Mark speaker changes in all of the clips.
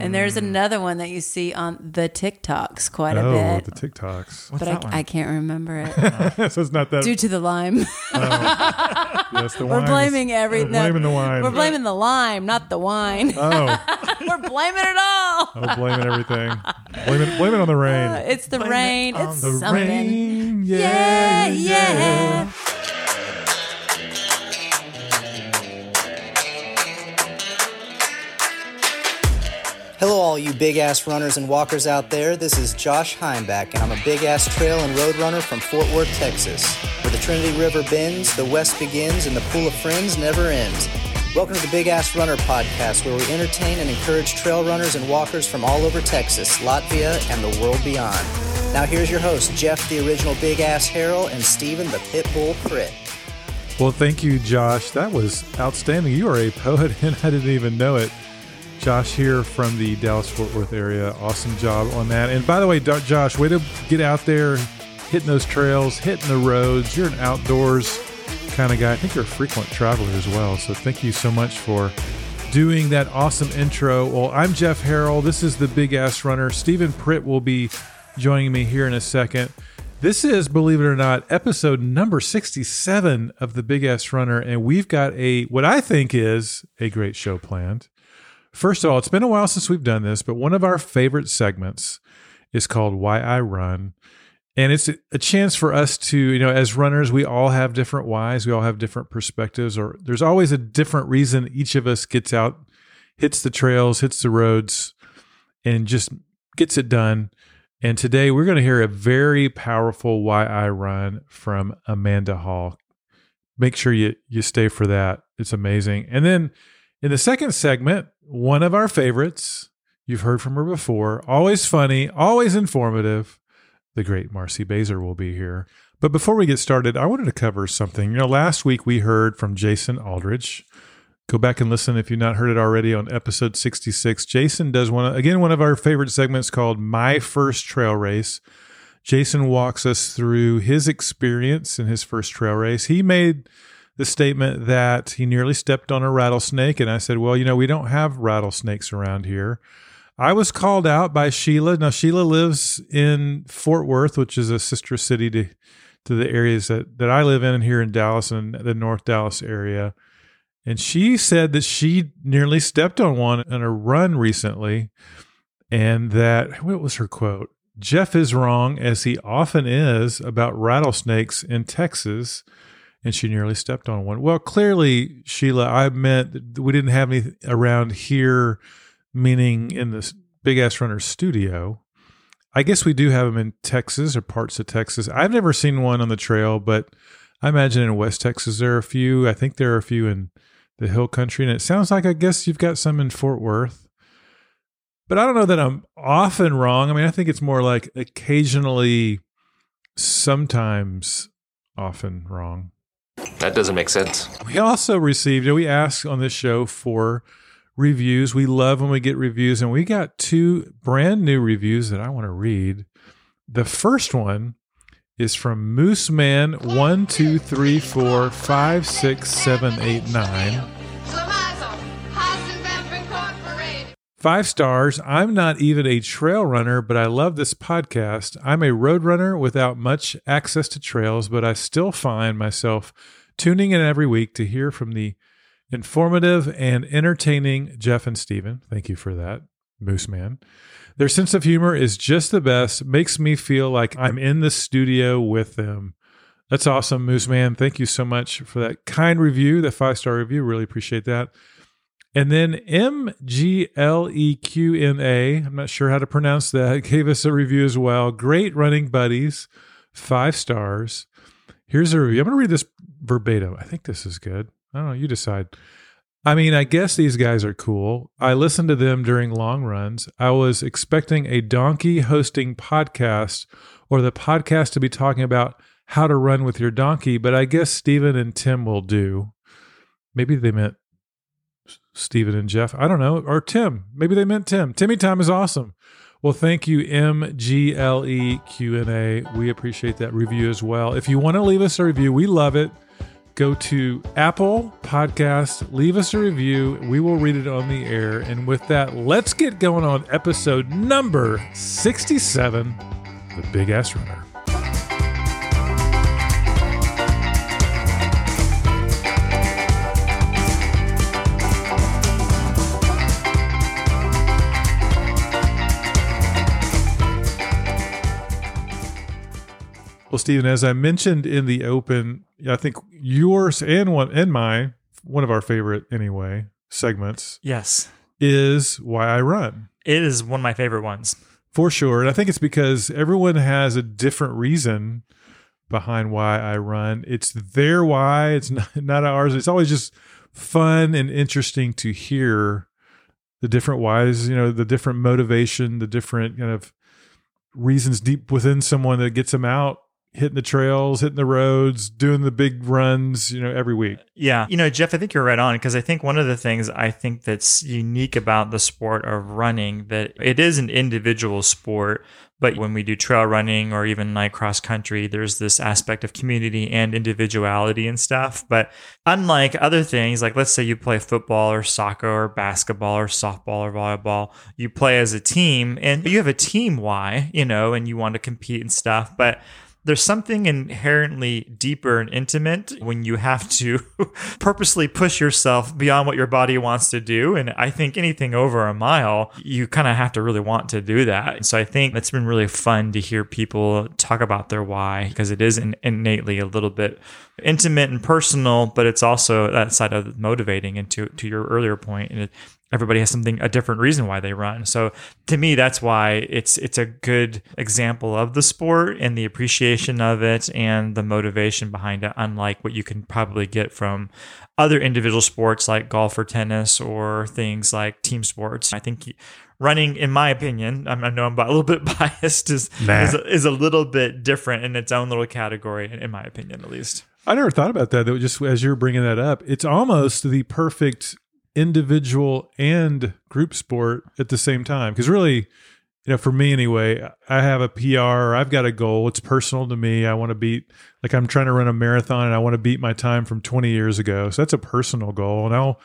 Speaker 1: And there's another one that you see on the TikToks quite
Speaker 2: oh,
Speaker 1: a
Speaker 2: the
Speaker 1: bit.
Speaker 2: TikToks.
Speaker 1: But
Speaker 3: that one?
Speaker 1: I, I can't remember it
Speaker 2: so it's not that.
Speaker 1: due to the lime.
Speaker 2: yes, the
Speaker 1: we're
Speaker 2: wine is-
Speaker 1: blaming everything.
Speaker 2: We're blaming the wine.
Speaker 1: We're blaming the lime, not the wine.
Speaker 2: Oh,
Speaker 1: we're blaming it all.
Speaker 2: we're blaming everything. Blame it, blame it on the rain.
Speaker 1: Uh, It's the
Speaker 3: Blame it
Speaker 1: rain.
Speaker 3: on
Speaker 1: It's
Speaker 3: the
Speaker 2: the
Speaker 1: something.
Speaker 2: rain.
Speaker 1: Yeah, yeah.
Speaker 4: Hello, all you big ass runners and walkers out there. This is Josh Heimback, and I'm a big ass trail and road runner from Fort Worth, Texas, where the Trinity River bends, the West begins, and the pool of friends never ends. Welcome to the Big Ass Runner podcast, where we entertain and encourage trail runners and walkers from all over Texas, Latvia, and the world beyond. Now, here's your hosts, Jeff, the original Big Ass Harrell, and Steven, the Pitbull Pritt.
Speaker 2: Well, thank you, Josh. That was outstanding. You are a poet, and I didn't even know it. Josh here from the Dallas Fort Worth area. Awesome job on that. And by the way, Do- Josh, way to get out there, hitting those trails, hitting the roads. You're an outdoors kind of guy. I think you're a frequent traveler as well. So thank you so much for doing that awesome intro. Well, I'm Jeff Harrell. This is the Big Ass Runner. Stephen Pritt will be joining me here in a second. This is, believe it or not, episode number 67 of the Big Ass Runner, and we've got a what I think is a great show planned. First of all, it's been a while since we've done this, but one of our favorite segments is called Why I Run. And it's a- a chance for us to, you know, as runners, we all have different whys, we all have different perspectives, or there's always a different reason each of us gets out, hits the trails, hits the roads, and just gets it done. And today we're going to hear a very powerful Why I Run from Amanda Hall. Make sure you, you stay for that. It's amazing. And then in the second segment, one of our favorites, you've heard from her before, always funny, always informative, the great Marcy Baser will be here. But before we get started, I wanted to cover something. You know, last week we heard from Jason Aldridge. Go back and listen if you've not heard it already on episode 66. Jason does one again one of our favorite segments called My First Trail Race. Jason walks us through his experience in his first trail race. He made the statement that he nearly stepped on a rattlesnake and I said, "Well, you know, we don't have rattlesnakes around here." I was called out by Sheila. Now Sheila lives in Fort Worth, which is a sister city to to the areas that, that I live in here in Dallas and the North Dallas area. And she said that she nearly stepped on one in a run recently. And that, what was her quote? Jeff is wrong, as he often is, about rattlesnakes in Texas. And she nearly stepped on one. Well, clearly, Sheila, I meant that we didn't have any around here, meaning in this big ass runner studio. I guess we do have them in Texas or parts of Texas. I've never seen one on the trail, but I imagine in West Texas there are a few. I think there are a few in the hill country. And it sounds like I guess you've got some in Fort Worth. But I don't know that I'm often wrong. I mean, I think it's more like occasionally, sometimes often wrong.
Speaker 5: That doesn't make sense.
Speaker 2: We also received, we asked on this show for reviews. We love when we get reviews, and we got two brand new reviews that I want to read. The first one is from Moose Man one two three four five six seven eight nine. Five stars. I'm not even a trail runner, but I love this podcast. I'm a road runner without much access to trails, but I still find myself tuning in every week to hear from the informative and entertaining Jeff and Steven. Thank you for that, Moose Man. Their sense of humor is just the best, makes me feel like I'm in the studio with them. That's awesome, Moose Man. Thank you so much for that kind review, that five star review. Really appreciate that. And then M G L E Q N A, I'm not sure how to pronounce that, gave us a review as well. Great running buddies, five stars. Here's a review. I'm going to read this verbatim. I think this is good. I don't know. You decide. I mean, I guess these guys are cool. I listen to them during long runs. I was expecting a donkey hosting podcast or the podcast to be talking about how to run with your donkey, but I guess Steven and Tim will do. Maybe they meant Steven and Jeff. I don't know. Or Tim. Maybe they meant Tim. Timmy time is awesome. Well, thank you, M G L E Q N A. We appreciate that review as well. If you want to leave us a review, we love it. go to Apple Podcast, leave us a review. We will read it on the air. And with that, let's get going on episode number 67 The Big Ass Runner. Well, Stephen, as I mentioned in the open, I think yours and one and my one of our favorite anyway segments
Speaker 3: Yes,
Speaker 2: is why I run
Speaker 3: it is one of my favorite ones.
Speaker 2: for sure, and I think it's because everyone has a different reason behind why I run. It's their why. It's not, not ours. It's always just fun and interesting to hear the different whys. You know, the different motivation, the different kind of reasons deep within someone that gets them out hitting the trails, hitting the roads, doing the big runs, you know, every week.
Speaker 3: Yeah. You know, Jeff, I think you're right on because I think one of the things I think that's unique about the sport of running that it is an individual sport, but when we do trail running or even like cross country, there's this aspect of community and individuality and stuff. But unlike other things, like let's say you play football or soccer or basketball or softball or volleyball, you play as a team and you have a team why, you know, and you want to compete and stuff, but there's something inherently deeper and intimate when you have to purposely push yourself beyond what your body wants to do. And I think anything over a mile, you kind of have to really want to do that. And so I think it's been really fun to hear people talk about their why because it is in- innately a little bit intimate and personal, but it's also that side of motivating. And to, to your earlier point, and it, everybody has something a different reason why they run so to me that's why it's it's a good example of the sport and the appreciation of it and the motivation behind it unlike what you can probably get from other individual sports like golf or tennis or things like team sports i think running in my opinion I'm- i know i'm a little bit biased is
Speaker 2: Nah.
Speaker 3: is, is a little bit different in its own little category in my opinion at least
Speaker 2: I never thought about that. That just as you're bringing that up, it's almost the perfect individual and group sport at the same time. Because really, you know, for me anyway, I have a PR. Or I've got a goal. It's personal to me. I want to beat. Like I'm trying to run a marathon, and I want to beat my time from 20 years ago. So that's a personal goal, and I'll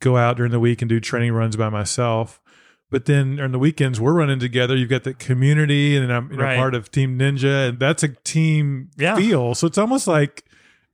Speaker 2: go out during the week and do training runs by myself. But then on the weekends, we're running together. You've got the community, and I'm you know,
Speaker 3: Right.
Speaker 2: part of Team Ninja, and that's a team
Speaker 3: Yeah.
Speaker 2: feel. So it's almost like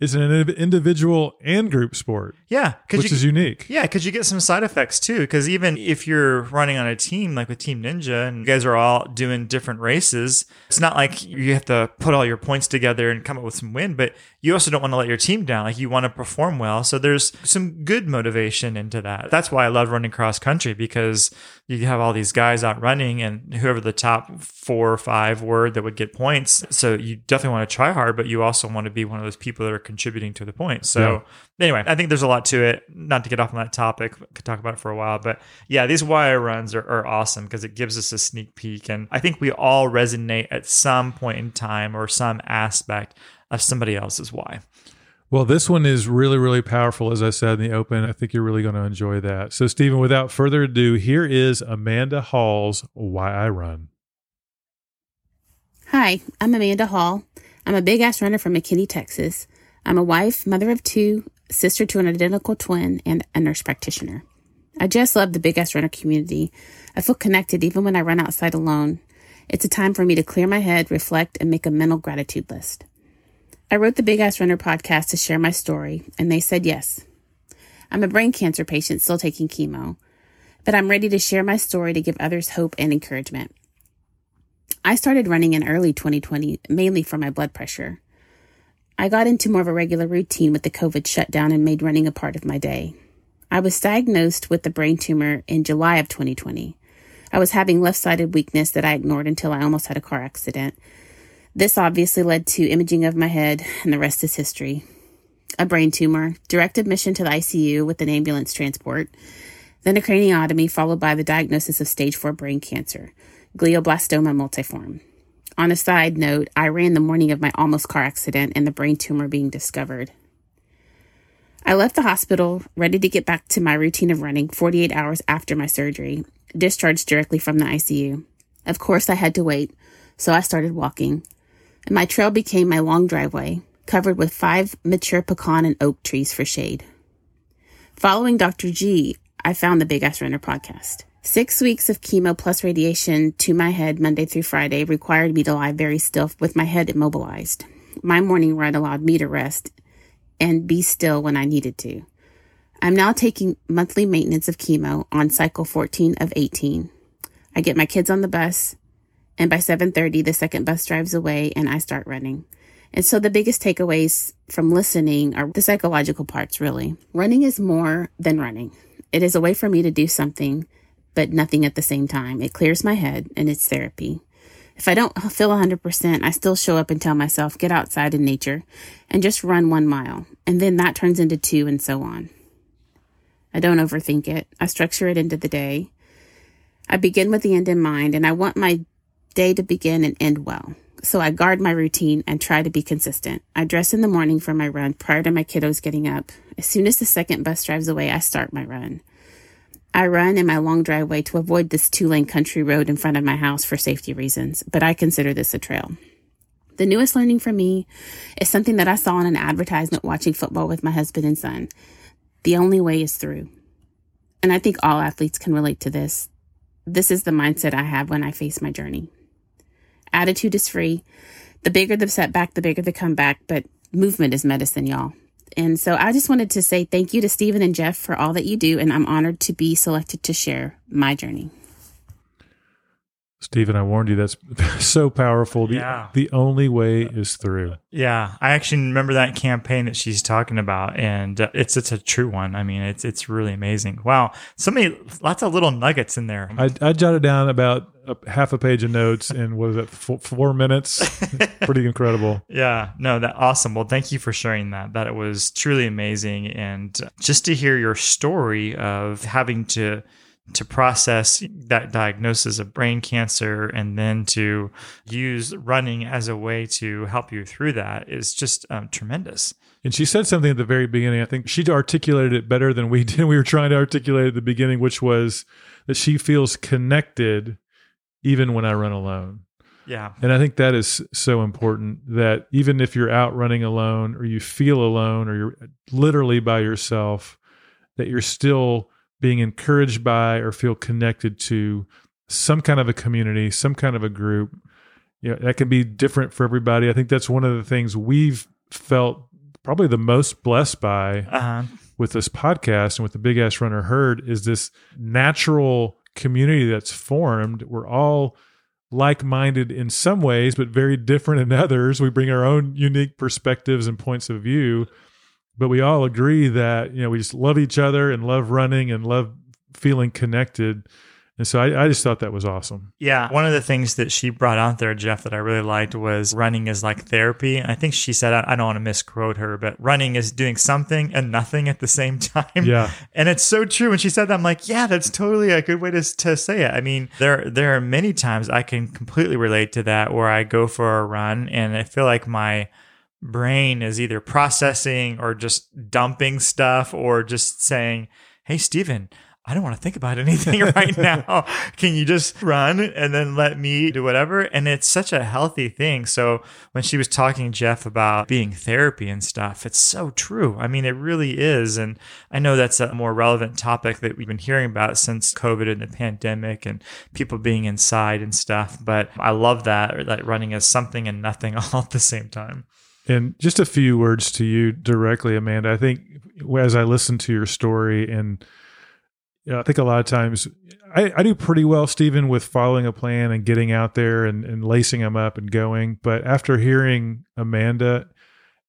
Speaker 2: it's an indiv- individual and group sport,
Speaker 3: yeah because
Speaker 2: which is unique.
Speaker 3: Yeah, because you get some side effects too. Because even if you're running on a team like with Team Ninja and you guys are all doing different races, it's not like you have to put all your points together and come up with some win, but you also don't want to let your team down. Like you want to perform well. So there's some good motivation into that. That's why I love running cross country because you have all these guys out running and whoever the top four or five were that would get points. So you definitely want to try hard, but you also want to be one of those people that are contributing to the points. So
Speaker 2: Yeah.
Speaker 3: anyway, I think there's a lot to it. Not to get off on that topic, could talk about it for a while, but yeah, these wire runs are, are awesome because it gives us a sneak peek, and I think we all resonate at some point in time or some aspect of somebody else's why.
Speaker 2: Well, this one is really, really powerful, as I said in the open. I think you're really going to enjoy that. So, Stephen, without further ado, here is Amanda Hall's Why I Run.
Speaker 6: Hi, I'm Amanda Hall. I'm a big ass runner from McKinney, Texas. I'm a wife, mother of two, sister to an identical twin, and a nurse practitioner. I just love the big ass runner community. I feel connected even when I run outside alone. It's a time for me to clear my head, reflect, and make a mental gratitude list. I wrote the Big Ass Runner podcast to share my story, and they said yes. I'm a brain cancer patient still taking chemo, but I'm ready to share my story to give others hope and encouragement. I started running in early 2020, mainly for my blood pressure. I got into more of a regular routine with the COVID shutdown and made running a part of my day. I was diagnosed with a brain tumor in July of 2020. I was having left sided weakness that I ignored until I almost had a car accident. This obviously led to imaging of my head, and the rest is history. A brain tumor, direct admission to the ICU with an ambulance transport, then a craniotomy, followed by the diagnosis of stage 4 brain cancer, glioblastoma multiforme. On a side note, I ran the morning of my almost car accident and the brain tumor being discovered. I left the hospital ready to get back to my routine of running 48 hours after my surgery, discharged directly from the ICU. Of course, I had to wait, so I started walking. And my trail became my long driveway, covered with five mature pecan and oak trees for shade. Following Dr. G, I found the Big Ass Runner podcast. Six weeks of chemo plus radiation to my head Monday through Friday required me to lie very still with my head immobilized. My morning run allowed me to rest and be still when I needed to. I'm now taking monthly maintenance of chemo on cycle 14 of 18. I get my kids on the bus and by 7:30 the second bus drives away and I start running. And so the biggest takeaways from listening are the psychological parts really. Running is more than running. It is a way for me to do something but nothing at the same time. It clears my head and it's therapy. If I don't feel 100%, I still show up and tell myself, get outside in nature and just run one mile. And then that turns into two and so on. I don't overthink it. I structure it into the day. I begin with the end in mind and I want my day to begin and end well. So I guard my routine and try to be consistent. I dress in the morning for my run prior to my kiddos getting up. As soon as the second bus drives away, I start my run. I run in my long driveway to avoid this two lane country road in front of my house for safety reasons, but I consider this a trail. The newest learning for me is something that I saw in an advertisement watching football with my husband and son. The only way is through. And I think all athletes can relate to this. This is the mindset I have when I face my journey. Attitude is free. The bigger the setback, the bigger the comeback, but movement is medicine, y'all. And so I just wanted to say thank you to Stephen and Jeff for all that you do. And I'm honored to be selected to share my journey.
Speaker 2: Stephen, I warned you that's so powerful. The,
Speaker 3: Yeah.
Speaker 2: the only way is through.
Speaker 3: Yeah, I actually remember that campaign that she's talking about, and uh, it's it's a true one. I mean, it's it's really amazing. Wow, so many lots of little nuggets in there.
Speaker 2: I, I jotted down about a, half a page of notes in what is that, four, four minutes? Pretty incredible.
Speaker 3: Yeah, no, that awesome. Well, thank you for sharing that. That was truly amazing, and just to hear your story of having to to process that diagnosis of brain cancer and then to use running as a way to help you through that is just um, tremendous.
Speaker 2: And she said something at the very beginning. I think she articulated it better than we did. We were trying to articulate at the beginning, which was that she feels connected even when I run alone.
Speaker 3: Yeah,
Speaker 2: And I think that is so important that even if you're out running alone or you feel alone or you're literally by yourself, that you're still being encouraged by or feel connected to some kind of a community, some kind of a group. You know, that can be different for everybody. I think that's one of the things we've felt probably the most blessed by
Speaker 3: uh,
Speaker 2: with this podcast and with the big ass runner herd is this natural community that's formed. We're all like minded in some ways, but very different in others. We bring our own unique perspectives and points of view, but we all agree that, you know, we just love each other and love running and love feeling connected. And so I, I just thought that was awesome.
Speaker 3: Yeah. One of the things that she brought out there, Jeff, that I really liked was running is like therapy. And I think she said, I, I don't want to misquote her, but running is doing something and nothing at the same time.
Speaker 2: Yeah.
Speaker 3: And it's so true. When she said that, I'm like, yeah, that's totally a good way to, to say it. I mean, there, there are many times I can completely relate to that where I go for a run and I feel like my, brain is either processing or just dumping stuff or just saying, Hey, Steven, I don't want to think about anything right now. Can you just run and then let me do whatever? And it's such a healthy thing. So when she was talking, Jeff, about being therapy and stuff, it's so true. I mean, it really is. And I know that's a more relevant topic that we've been hearing about since COVID and the pandemic and people being inside and stuff. But I love that, that running is something and nothing all at the same time.
Speaker 2: And just a few words to you directly, Amanda. I think as I listen to your story, and you know, I think a lot of times I, I do pretty well, Stephen, with following a plan and getting out there and, and lacing them up and going. But after hearing Amanda,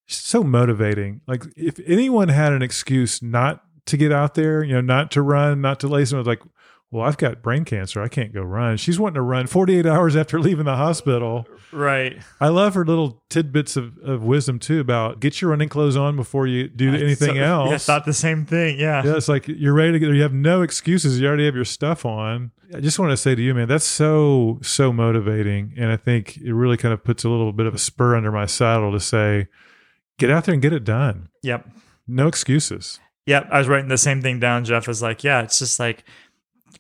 Speaker 2: she's so motivating. Like if anyone had an excuse not to get out there, you know, not to run, not to lace them, I was like, well, I've got brain cancer. I can't go run. She's wanting to run 48 hours after leaving the hospital.
Speaker 3: Right.
Speaker 2: I love her little tidbits of, of wisdom too about get your running clothes on before you do anything
Speaker 3: So-
Speaker 2: else.
Speaker 3: Yeah, thought the same thing. Yeah.
Speaker 2: Yeah, it's like you're ready to get there. You have no excuses. You already have your stuff on. I just want to say to you, man, that's so, so motivating. And I think it really kind of puts a little bit of a spur under my saddle to say, get out there and get it done.
Speaker 3: Yep.
Speaker 2: No excuses.
Speaker 3: Yep. I was writing the same thing down. Jeff is like, yeah, it's just like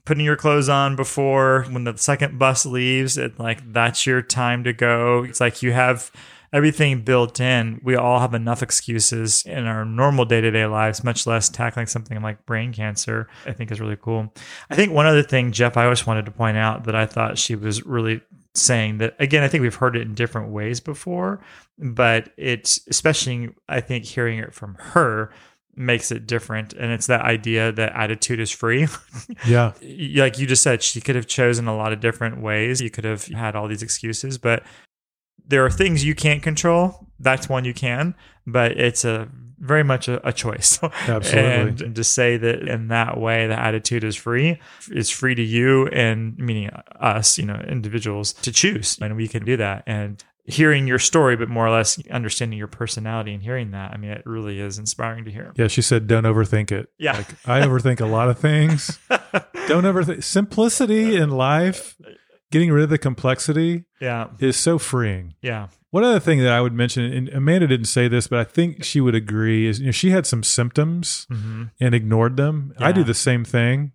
Speaker 3: putting your clothes on before when the second bus leaves. It like that's your time to go. It's like you have everything built in, we all have enough excuses in our normal day to day lives, much less tackling something like brain cancer, I think is really cool. I think one other thing, Jeff, I always wanted to point out that I thought she was really saying that again i think we've heard it in different ways before but it's especially i think hearing it from her makes it different and it's that idea that attitude is free
Speaker 2: Yeah.
Speaker 3: Y- like you just said she could have chosen a lot of different ways you could have had all these excuses but there are things you can't control that's one you can but it's a very much a, a choice
Speaker 2: Absolutely.
Speaker 3: and to say that in that way the attitude is free is free to you and meaning us you know individuals to choose and we can do that and hearing your story but more or less understanding your personality and hearing that i mean it really is inspiring to hear
Speaker 2: Yeah, she said, "Don't overthink it."
Speaker 3: Yeah.
Speaker 2: like, I overthink a lot of things. Don't overthink. Simplicity in life, getting rid of the complexity,
Speaker 3: yeah
Speaker 2: is so freeing.
Speaker 3: yeah
Speaker 2: One other thing that I would mention, and Amanda didn't say this, but I think she would agree, is you know, she had some symptoms
Speaker 3: hmm
Speaker 2: and ignored them. I do
Speaker 3: Yeah.
Speaker 2: the same thing.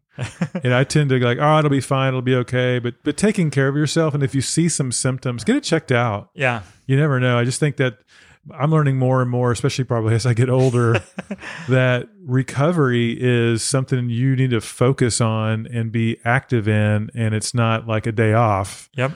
Speaker 2: and I tend to like, oh, it'll be fine, it'll be okay. But but taking care of yourself, and if you see some symptoms, get it checked out.
Speaker 3: yeah
Speaker 2: You never know. I just think that I'm learning more and more, especially probably as I get older, that recovery is something you need to focus on and be active in, and it's not like a day off
Speaker 3: yep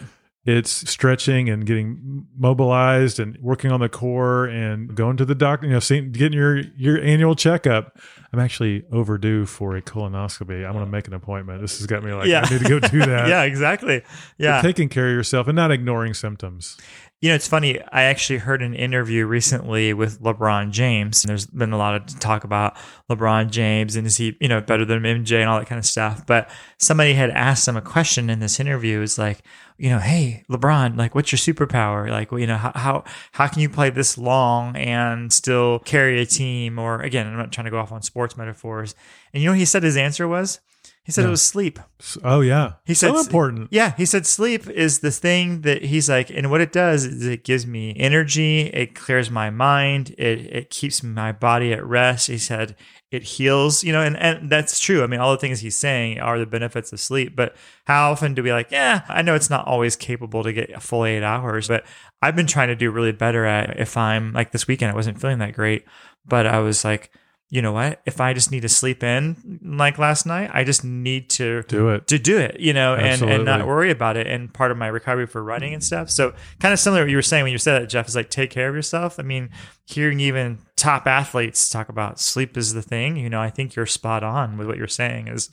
Speaker 2: it's stretching and getting mobilized and working on the core and going to the doctor, you know, seeing, getting your, your annual checkup. I'm actually overdue for a colonoscopy. I'm going to make an appointment. This has got me like,
Speaker 3: Yeah.
Speaker 2: I need to go do that.
Speaker 3: yeah exactly yeah
Speaker 2: But taking care of yourself and not ignoring symptoms.
Speaker 3: You know, it's funny. I actually heard an interview recently with LeBron James. And there's been a lot of talk about LeBron James and is he, you know, better than MJ and all that kind of stuff. But somebody had asked him a question in this interview. It's like, you know, hey, LeBron, like, what's your superpower? Like, well, you know, how, how how can you play this long and still carry a team? Or again, I'm not trying to go off on sports metaphors. And you know, what he said his answer was, he said it was sleep.
Speaker 2: S- Oh yeah.
Speaker 3: He said
Speaker 2: so important.
Speaker 3: Yeah, he said sleep is the thing that he's like, and what it does is it gives me energy, it clears my mind, it it keeps my body at rest. He said it heals, you know, and, and that's true. I mean, all the things he's saying are the benefits of sleep, but how often do we like, yeah, I know it's not always capable to get a full eight hours, but I've been trying to do really better at if I'm like this weekend, I wasn't feeling that great, but I was like, you know what? If I just need to sleep in like last night, I just need to
Speaker 2: Do it.
Speaker 3: to do it, you know, and, and
Speaker 2: Absolutely.
Speaker 3: not worry about it. And part of my recovery for running and stuff. So kind of similar to what you were saying when you said that, Jeff, is like take care of yourself. I mean, hearing even top athletes talk about sleep is the thing, you know, I think you're spot on with what you're saying is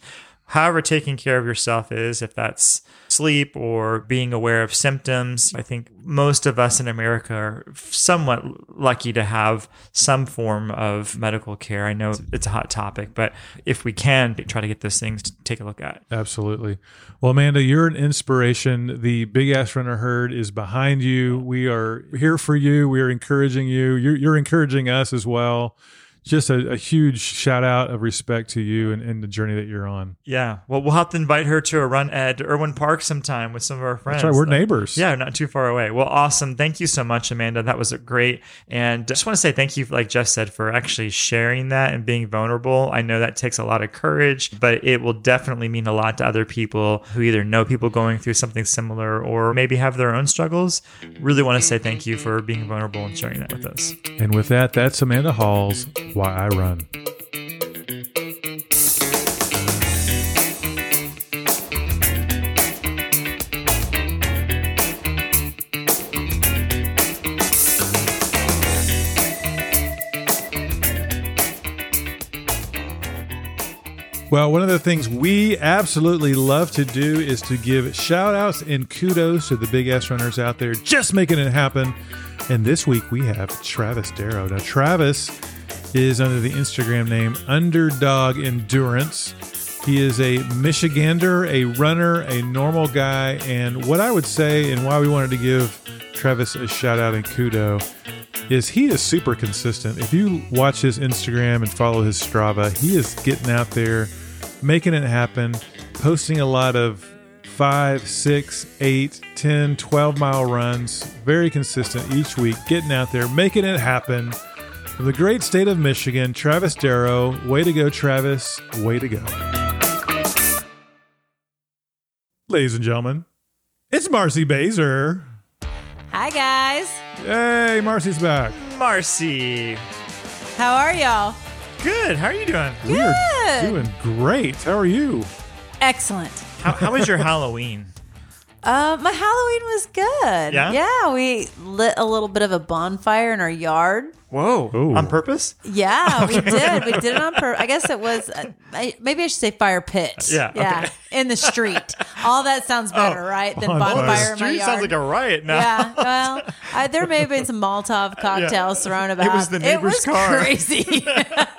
Speaker 3: however taking care of yourself is, if that's sleep or being aware of symptoms. I think most of us in America are somewhat lucky to have some form of medical care. I know it's a hot topic, but if we can try to get those things to take a look at.
Speaker 2: Absolutely. Well, Amanda, you're an inspiration. The Big Ass Runner Herd is behind you. We are here for you. We are encouraging you. You're, you're encouraging us as well. Just a, a huge shout out of respect to you and, and the journey that you're on.
Speaker 3: Yeah. Well, we'll have to invite her to a run at Irwin Park sometime with some of our friends.
Speaker 2: That's right. We're neighbors.
Speaker 3: Yeah, not too far away. Well, awesome. Thank you so much, Amanda. That was a great. And just want to say thank you, like Jeff said, for actually sharing that and being vulnerable. I know that takes a lot of courage, but it will definitely mean a lot to other people who either know people going through something similar or maybe have their own struggles. Really want to say thank you for being vulnerable and sharing that with us.
Speaker 2: And with that, that's Amanda Hall's Why I Run. Well, one of the things we absolutely love to do is to give shout outs and kudos to the big ass runners out there just making it happen. And this week we have Travis Darrow. Now, Travis is under the Instagram name Underdog Endurance. He is a Michigander, a runner, a normal guy. And what I would say, and why we wanted to give Travis a shout out and kudo, is he is super consistent. If you watch his Instagram and follow his Strava, he is getting out there, making it happen, posting a lot of five, six, eight, 10, 12 mile runs, very consistent each week, getting out there, making it happen. From the great state of Michigan, Travis Darrow. Way to go, Travis. Way to go. Ladies and gentlemen, it's Marcy Baser.
Speaker 1: Hi, guys.
Speaker 2: Hey, Marcy's back.
Speaker 3: Marcy.
Speaker 1: How are y'all?
Speaker 3: Good. How are you doing?
Speaker 2: We are
Speaker 1: Good.
Speaker 2: doing great. How are you?
Speaker 1: Excellent.
Speaker 3: How, how was your Halloween?
Speaker 1: Uh, my Halloween was good.
Speaker 3: Yeah?
Speaker 1: Yeah, we lit a little bit of a bonfire in our yard.
Speaker 3: Whoa.
Speaker 2: Ooh.
Speaker 3: On purpose?
Speaker 1: Yeah, we did. We did it on purpose. I guess it was. uh, I, maybe I should say fire pit.
Speaker 3: Yeah, Oh,
Speaker 1: yeah, in the street. All that sounds better, right? Than bonfire in my
Speaker 3: Street
Speaker 1: yard.
Speaker 3: sounds like a riot now.
Speaker 1: yeah, well, I, there may have been some Molotov cocktails thrown about.
Speaker 3: was the neighbor's
Speaker 1: was
Speaker 3: car.
Speaker 1: Crazy,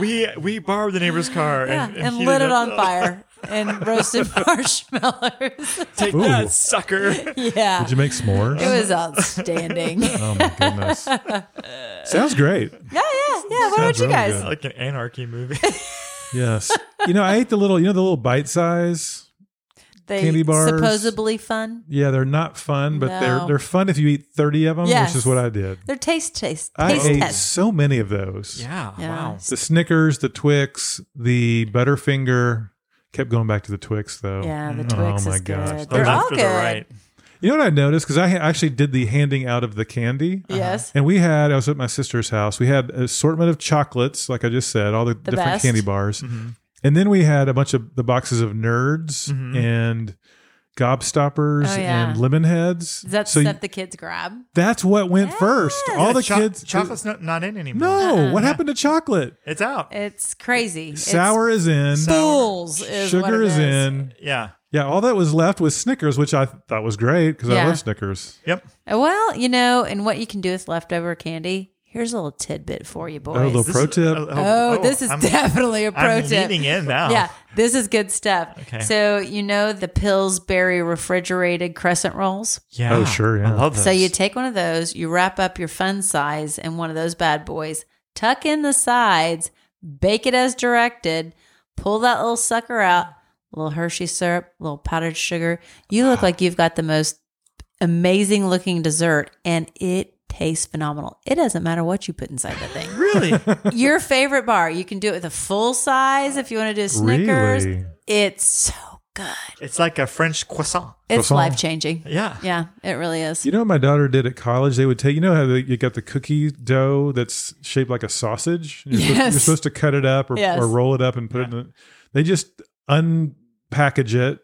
Speaker 3: we we borrowed the neighbor's car and,
Speaker 1: and
Speaker 3: heated
Speaker 1: lit it on fire and roasted marshmallows.
Speaker 3: Take
Speaker 2: Ooh.
Speaker 3: that, sucker.
Speaker 1: yeah,
Speaker 2: Did you make s'mores?
Speaker 1: it was outstanding. yeah,
Speaker 2: oh my goodness. Sounds great.
Speaker 1: yeah, yeah. What about
Speaker 2: Sounds
Speaker 1: you
Speaker 2: really
Speaker 1: guys?
Speaker 2: good.
Speaker 3: like an anarchy movie.
Speaker 2: Yes. You know, I ate the little, you know, the little bite size.
Speaker 1: They
Speaker 2: Candy bars.
Speaker 1: supposedly fun.
Speaker 2: Yeah, they're not fun, but they're
Speaker 1: No.
Speaker 2: they're fun if you eat 30 of them,
Speaker 1: Yes.
Speaker 2: which is what I did.
Speaker 1: They're taste taste
Speaker 2: I
Speaker 1: taste
Speaker 2: ate
Speaker 1: tests.
Speaker 2: so many of those.
Speaker 3: yeah,
Speaker 1: Yeah.
Speaker 3: Wow.
Speaker 2: The Snickers, the Twix, the Butterfinger. Kept going back to the Twix though.
Speaker 1: Yeah, the
Speaker 2: Mm.
Speaker 1: Twix
Speaker 2: Oh my
Speaker 1: is good.
Speaker 2: gosh.
Speaker 1: They're
Speaker 3: Those
Speaker 1: all
Speaker 3: after
Speaker 1: good.
Speaker 3: the right.
Speaker 2: You know what I noticed? Because I ha- actually did the handing out of the candy.
Speaker 1: Yes.
Speaker 2: And we had, I was at my sister's house, we had an assortment of chocolates, like I just said, all the, different
Speaker 1: best. Mm-hmm.
Speaker 2: candy bars. And then we had a bunch of the boxes of nerds and gobstoppers
Speaker 1: Mm-hmm. Oh, yeah.
Speaker 2: and lemon heads.
Speaker 1: Is that
Speaker 2: so
Speaker 1: stuff
Speaker 2: you-
Speaker 1: the kids grab?
Speaker 2: that's what went first. All the
Speaker 3: Cho-
Speaker 2: kids.
Speaker 3: Chocolate's not, not in anymore.
Speaker 2: no, what happened to chocolate?
Speaker 3: It's out.
Speaker 1: It's crazy. Uh-uh. It's
Speaker 2: Sour is in.
Speaker 1: fools. Is what
Speaker 2: Sugar
Speaker 1: it
Speaker 2: is in.
Speaker 3: yeah.
Speaker 2: Yeah, all that was left was Snickers, which I thought was great because I
Speaker 1: Yeah.
Speaker 2: love Snickers.
Speaker 3: Yep.
Speaker 1: Well, you know, and what you can do with leftover candy. Here's a little tidbit for you, boys.
Speaker 2: Oh, little pro tip.
Speaker 1: Oh, this is
Speaker 3: I'm-
Speaker 1: definitely a pro
Speaker 3: I'm
Speaker 1: tip.
Speaker 3: leaning in now.
Speaker 1: Yeah, this is good stuff.
Speaker 3: Okay.
Speaker 1: So you know the Pillsbury refrigerated crescent rolls.
Speaker 3: Yeah.
Speaker 2: Oh, sure, yeah.
Speaker 3: I love those.
Speaker 1: So you take one of those, you wrap up your fun size in one of those bad boys, tuck in the sides, bake it as directed, pull that little sucker out, little Hershey syrup, little powdered sugar. You
Speaker 2: Ah.
Speaker 1: look like you've got the most amazing looking dessert and it tastes phenomenal. It doesn't matter what you put inside the thing.
Speaker 3: really?
Speaker 1: Your favorite bar, you can do it with a full size if you want to do a Snickers.
Speaker 2: Really?
Speaker 1: It's so good.
Speaker 3: it's like a French croissant.
Speaker 1: It's
Speaker 2: Croissant?
Speaker 1: life changing.
Speaker 3: Yeah.
Speaker 1: Yeah, it really is.
Speaker 2: You know what my daughter did at college? They would take, you know how they, you got the cookie dough that's shaped like a sausage? You're, supposed,
Speaker 1: Yes.
Speaker 2: you're supposed to cut it up or,
Speaker 1: Yes.
Speaker 2: or roll it up and put it in the, They just unpackage it,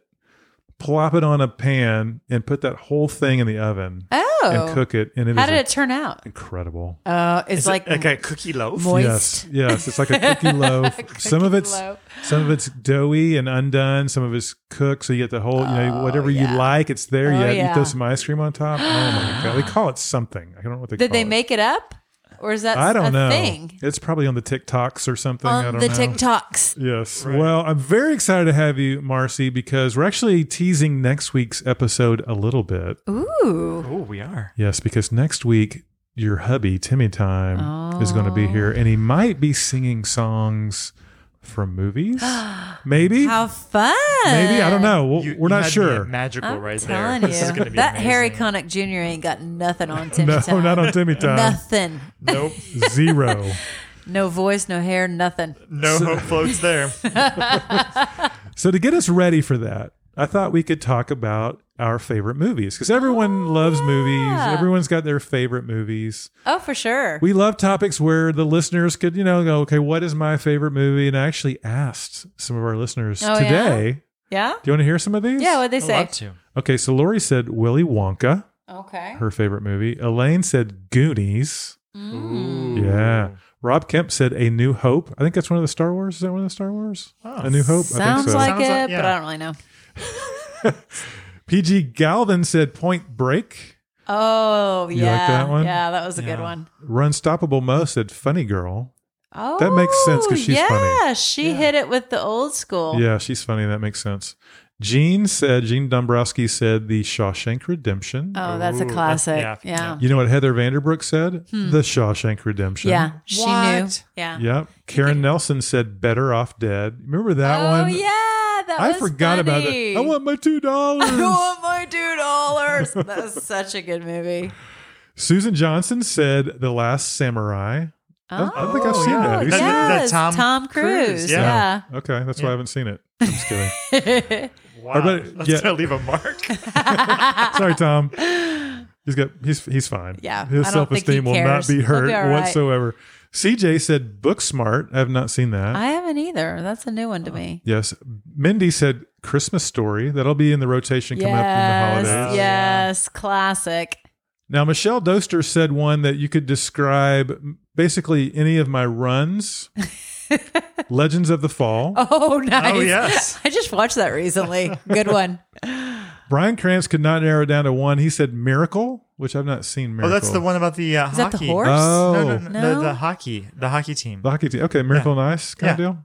Speaker 2: plop it on a pan, and put that whole thing in the oven and
Speaker 1: Oh.
Speaker 2: cook it. And it is
Speaker 1: How did
Speaker 2: a-
Speaker 1: it turn out?
Speaker 2: incredible.
Speaker 1: Oh, it's
Speaker 3: It's
Speaker 1: like
Speaker 3: like, like a cookie loaf.
Speaker 1: moist.
Speaker 2: Yes, yes, it's like a cookie loaf. some of it's
Speaker 1: loaf.
Speaker 2: some of it's doughy and undone. Some of it's cooked, so you get the whole, you know, whatever you like, it's there.
Speaker 1: Oh,
Speaker 2: yet you
Speaker 1: yeah.
Speaker 2: throw some ice cream on top. Oh my god, they call it something. I don't know what they
Speaker 1: Did
Speaker 2: call
Speaker 1: they
Speaker 2: it.
Speaker 1: make it up, or is that
Speaker 2: Oh. I don't
Speaker 1: a
Speaker 2: know.
Speaker 1: thing
Speaker 2: It's probably on the TikToks or something. I
Speaker 1: on
Speaker 2: don't
Speaker 1: the
Speaker 2: know.
Speaker 1: TikToks?
Speaker 2: Yes. Well, I'm very excited to have you, Marcy, because we're actually teasing next week's episode a little bit.
Speaker 1: Ooh,
Speaker 3: Oh, we are.
Speaker 2: Yes, because next week your hubby Timmy Time is going to be here, and he
Speaker 1: Oh.
Speaker 2: might be singing songs from movies. Maybe,
Speaker 1: how fun!
Speaker 2: maybe I don't know. We'll,
Speaker 3: You-
Speaker 2: we're
Speaker 3: you
Speaker 2: not
Speaker 3: had me at
Speaker 2: sure.
Speaker 3: Magical
Speaker 1: I'm
Speaker 3: right there.
Speaker 1: telling
Speaker 3: This is
Speaker 1: you,
Speaker 3: going to be
Speaker 1: that Harry
Speaker 3: amazing.
Speaker 1: Connick Jr. ain't got nothing on Timmy
Speaker 2: No,
Speaker 1: Time.
Speaker 2: not on Timmy Time.
Speaker 1: nothing.
Speaker 3: Nope.
Speaker 2: Zero.
Speaker 1: No voice, no hair, nothing.
Speaker 3: No hope floats there.
Speaker 2: So to get us ready for that, I thought we could talk about our favorite movies because everyone loves movies. Everyone's got their favorite movies.
Speaker 1: Oh, for sure.
Speaker 2: We love topics where the listeners could, you know, go, okay, what is my favorite movie? And I actually asked some of our listeners
Speaker 1: Oh, yeah?
Speaker 2: today.
Speaker 1: yeah,
Speaker 2: Do you want to hear some of these?
Speaker 1: yeah. What they
Speaker 3: I'd
Speaker 1: say?
Speaker 3: love to.
Speaker 2: Okay, so Lori said Willy Wonka,
Speaker 1: Okay.
Speaker 2: her favorite movie. Elaine said Goonies.
Speaker 1: Mm.
Speaker 2: Yeah. Rob Kemp said A New Hope. I think that's one of the Star Wars. Is that one of the Star Wars?
Speaker 3: Oh.
Speaker 2: A New Hope. I think
Speaker 1: Sounds
Speaker 2: so.
Speaker 1: like
Speaker 3: Sounds
Speaker 1: it,
Speaker 3: like-
Speaker 1: but
Speaker 3: yeah.
Speaker 1: I don't really know.
Speaker 2: PG Galvin said Point Break.
Speaker 1: Oh,
Speaker 2: You
Speaker 1: yeah,
Speaker 2: like that one?
Speaker 1: yeah, that was a good
Speaker 3: Yeah.
Speaker 1: one.
Speaker 2: Runstoppable Mo said Funny Girl.
Speaker 1: Oh,
Speaker 2: That makes sense 'cause she's
Speaker 1: yeah,
Speaker 2: funny.
Speaker 1: she hit it with the old school.
Speaker 2: Yeah, she's funny. That makes sense. Gene said, Gene Dombrowski said The Shawshank Redemption.
Speaker 1: Oh, that's a
Speaker 3: Ooh, that's-
Speaker 1: classic.
Speaker 3: yeah,
Speaker 1: yeah.
Speaker 2: You know what Heather Vanderbrook said? The Shawshank Redemption.
Speaker 1: Hmm. Yeah, she knew.
Speaker 3: What?
Speaker 1: Yeah.
Speaker 2: Yep. Karen Nelson said Better Off Dead. Remember that
Speaker 1: Oh
Speaker 2: one?
Speaker 1: yeah, that
Speaker 2: I
Speaker 1: was
Speaker 2: forgot about
Speaker 1: funny.
Speaker 2: it. I want my two
Speaker 1: I
Speaker 2: dollars.
Speaker 1: want my two dollars. That was such a good movie.
Speaker 2: Susan Johnson said The Last Samurai.
Speaker 1: Oh,
Speaker 2: I don't think I've seen that. Have you
Speaker 3: That-
Speaker 2: seen
Speaker 3: that
Speaker 1: yes,
Speaker 3: Tom
Speaker 1: Cruise.
Speaker 3: Cruise,
Speaker 1: Yeah.
Speaker 3: yeah.
Speaker 2: Okay, that's why I haven't seen it. I'm just kidding.
Speaker 3: Wow.
Speaker 2: bet-
Speaker 3: That's
Speaker 2: yeah.
Speaker 3: going to leave a mark.
Speaker 2: Sorry, Tom. He's got he's he's fine.
Speaker 1: Yeah, I
Speaker 2: his
Speaker 1: don't
Speaker 2: self esteem
Speaker 1: think he
Speaker 2: will not
Speaker 1: cares.
Speaker 2: be
Speaker 1: He'll
Speaker 2: hurt
Speaker 1: be all right.
Speaker 2: whatsoever. CJ said book smart. I have not seen that.
Speaker 1: I haven't either. That's a new one to me.
Speaker 2: yes, Mindy said Christmas story. That'll be in the rotation coming up in the holidays.
Speaker 1: Yes, yes, classic.
Speaker 2: Now Michelle Doster said one that you could describe basically any of my runs. Legends of the Fall.
Speaker 1: Oh, nice.
Speaker 3: yes.
Speaker 1: I just watched that recently. Good one.
Speaker 2: Brian Krantz could not narrow it down to one. He said Miracle, which I've not seen.
Speaker 3: Oh,
Speaker 2: Miracle.
Speaker 3: that's the one about the uh,
Speaker 1: Is that
Speaker 3: hockey.
Speaker 1: the horse?
Speaker 2: Oh.
Speaker 3: No, no, no,
Speaker 1: No?
Speaker 3: The, the hockey, the hockey team.
Speaker 2: The hockey team. Okay, Miracle on Ice kind of
Speaker 3: Yeah.
Speaker 2: deal.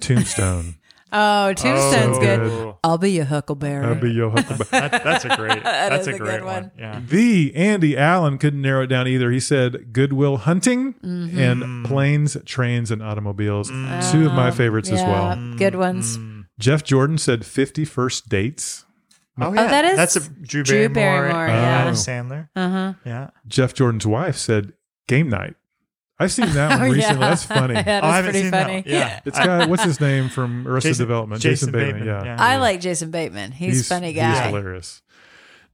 Speaker 2: Tombstone.
Speaker 1: Oh, Tombstone's
Speaker 3: Oh.
Speaker 1: good.
Speaker 2: good.
Speaker 1: I'll be your huckleberry.
Speaker 2: That'd be your Huckleberry.
Speaker 3: That, that's a great.
Speaker 1: is
Speaker 3: that's a,
Speaker 1: a good
Speaker 3: great one.
Speaker 1: one.
Speaker 3: Yeah.
Speaker 2: The Andy Allen couldn't narrow it down either. He said Goodwill Hunting
Speaker 1: Mm-hmm.
Speaker 3: Mm.
Speaker 2: and Planes, Trains, and Automobiles. Two of my favorites as well. Mm.
Speaker 1: Yeah, Good ones.
Speaker 2: Jeff Jordan said 51st Dates. Mm-hmm.
Speaker 3: Oh,
Speaker 1: that is
Speaker 3: that's a Drew
Speaker 1: Drew
Speaker 3: Barrymore,
Speaker 1: Barrymore,
Speaker 3: and
Speaker 2: yeah.
Speaker 3: Adam Sandler.
Speaker 1: Uh huh.
Speaker 3: Yeah.
Speaker 2: Jeff Jordan's wife said Game Night. I've seen
Speaker 1: Oh,
Speaker 2: that one recently. That's funny.
Speaker 1: that
Speaker 3: Oh, I
Speaker 1: is
Speaker 3: haven't
Speaker 1: pretty
Speaker 3: seen that
Speaker 1: funny.
Speaker 3: one. Yeah.
Speaker 2: It's got, what's his name from Arrested
Speaker 3: Jason-
Speaker 2: Development?
Speaker 3: Jason
Speaker 2: Jason, Bateman. Yeah.
Speaker 3: Bateman, yeah.
Speaker 1: I like Jason Bateman. He's, a funny
Speaker 2: He's
Speaker 1: guy.
Speaker 2: hilarious.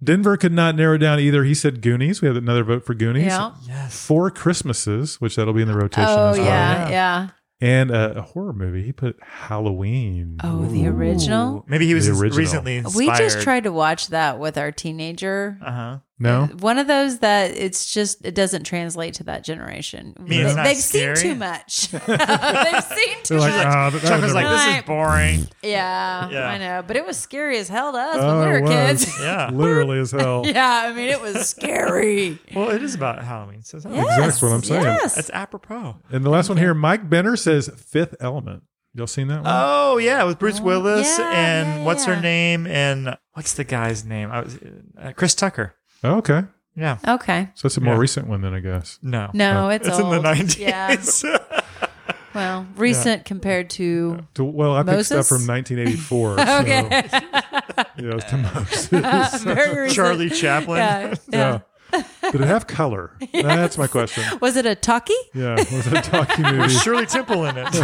Speaker 2: Denver could not narrow down either. He said Goonies. We had another vote for Goonies.
Speaker 1: Yeah.
Speaker 3: Yes.
Speaker 2: Four Christmases, which that'll be in the rotation
Speaker 1: Oh
Speaker 2: as well.
Speaker 1: yeah,
Speaker 3: Yeah.
Speaker 1: yeah.
Speaker 2: and a, a horror movie. He put Halloween.
Speaker 1: Oh, the original.
Speaker 3: Maybe he was
Speaker 2: The original.
Speaker 3: recently inspired.
Speaker 1: We just tried to watch that with our teenager.
Speaker 3: Uh huh.
Speaker 2: no,
Speaker 1: One of those that it's just it doesn't translate to that generation.
Speaker 3: mean, it's not
Speaker 1: They've
Speaker 3: scary?
Speaker 1: seen too much. They've seen too
Speaker 2: They're like,
Speaker 1: much.
Speaker 2: "Ah, that- that
Speaker 3: Chuck
Speaker 2: was
Speaker 3: was
Speaker 2: a-
Speaker 3: like, "This
Speaker 1: Right.
Speaker 3: is boring."
Speaker 1: Yeah,
Speaker 3: Yeah.
Speaker 1: I know, but it was scary as hell to us
Speaker 2: Oh,
Speaker 1: when we
Speaker 2: it
Speaker 1: were
Speaker 2: was.
Speaker 1: kids.
Speaker 3: Yeah.
Speaker 2: literally as hell.
Speaker 1: yeah, I mean, it was scary.
Speaker 3: Well, it is about Halloween, so that's,
Speaker 1: Yes,
Speaker 2: Exactly what I'm saying.
Speaker 1: Yes.
Speaker 3: that's apropos.
Speaker 2: And the last one here, Mike Benner says Fifth Element. Y'all seen that one?
Speaker 3: Oh yeah, with Bruce Willis
Speaker 1: yeah,
Speaker 3: and
Speaker 1: yeah,
Speaker 3: what's
Speaker 1: yeah.
Speaker 3: her name and what's the guy's name? I was uh, Chris Tucker.
Speaker 2: Oh, okay,
Speaker 3: Yeah.
Speaker 1: okay.
Speaker 2: so that's a more
Speaker 3: Yeah.
Speaker 2: recent one then I guess.
Speaker 3: No.
Speaker 1: No, it's,
Speaker 3: It's, in the
Speaker 1: old.
Speaker 3: nineties.
Speaker 1: Yeah. Well, recent compared to
Speaker 2: To- well, I picked stuff
Speaker 1: Moses?
Speaker 2: from 1984.
Speaker 1: okay,
Speaker 2: so, yeah, it's to Moses.
Speaker 1: very recent.
Speaker 3: Charlie Chaplin.
Speaker 1: Yeah, yeah.
Speaker 2: yeah. Did it have color? That's my question.
Speaker 1: Was it a talkie?
Speaker 2: Yeah, was it a talkie movie?
Speaker 3: Shirley Temple in it.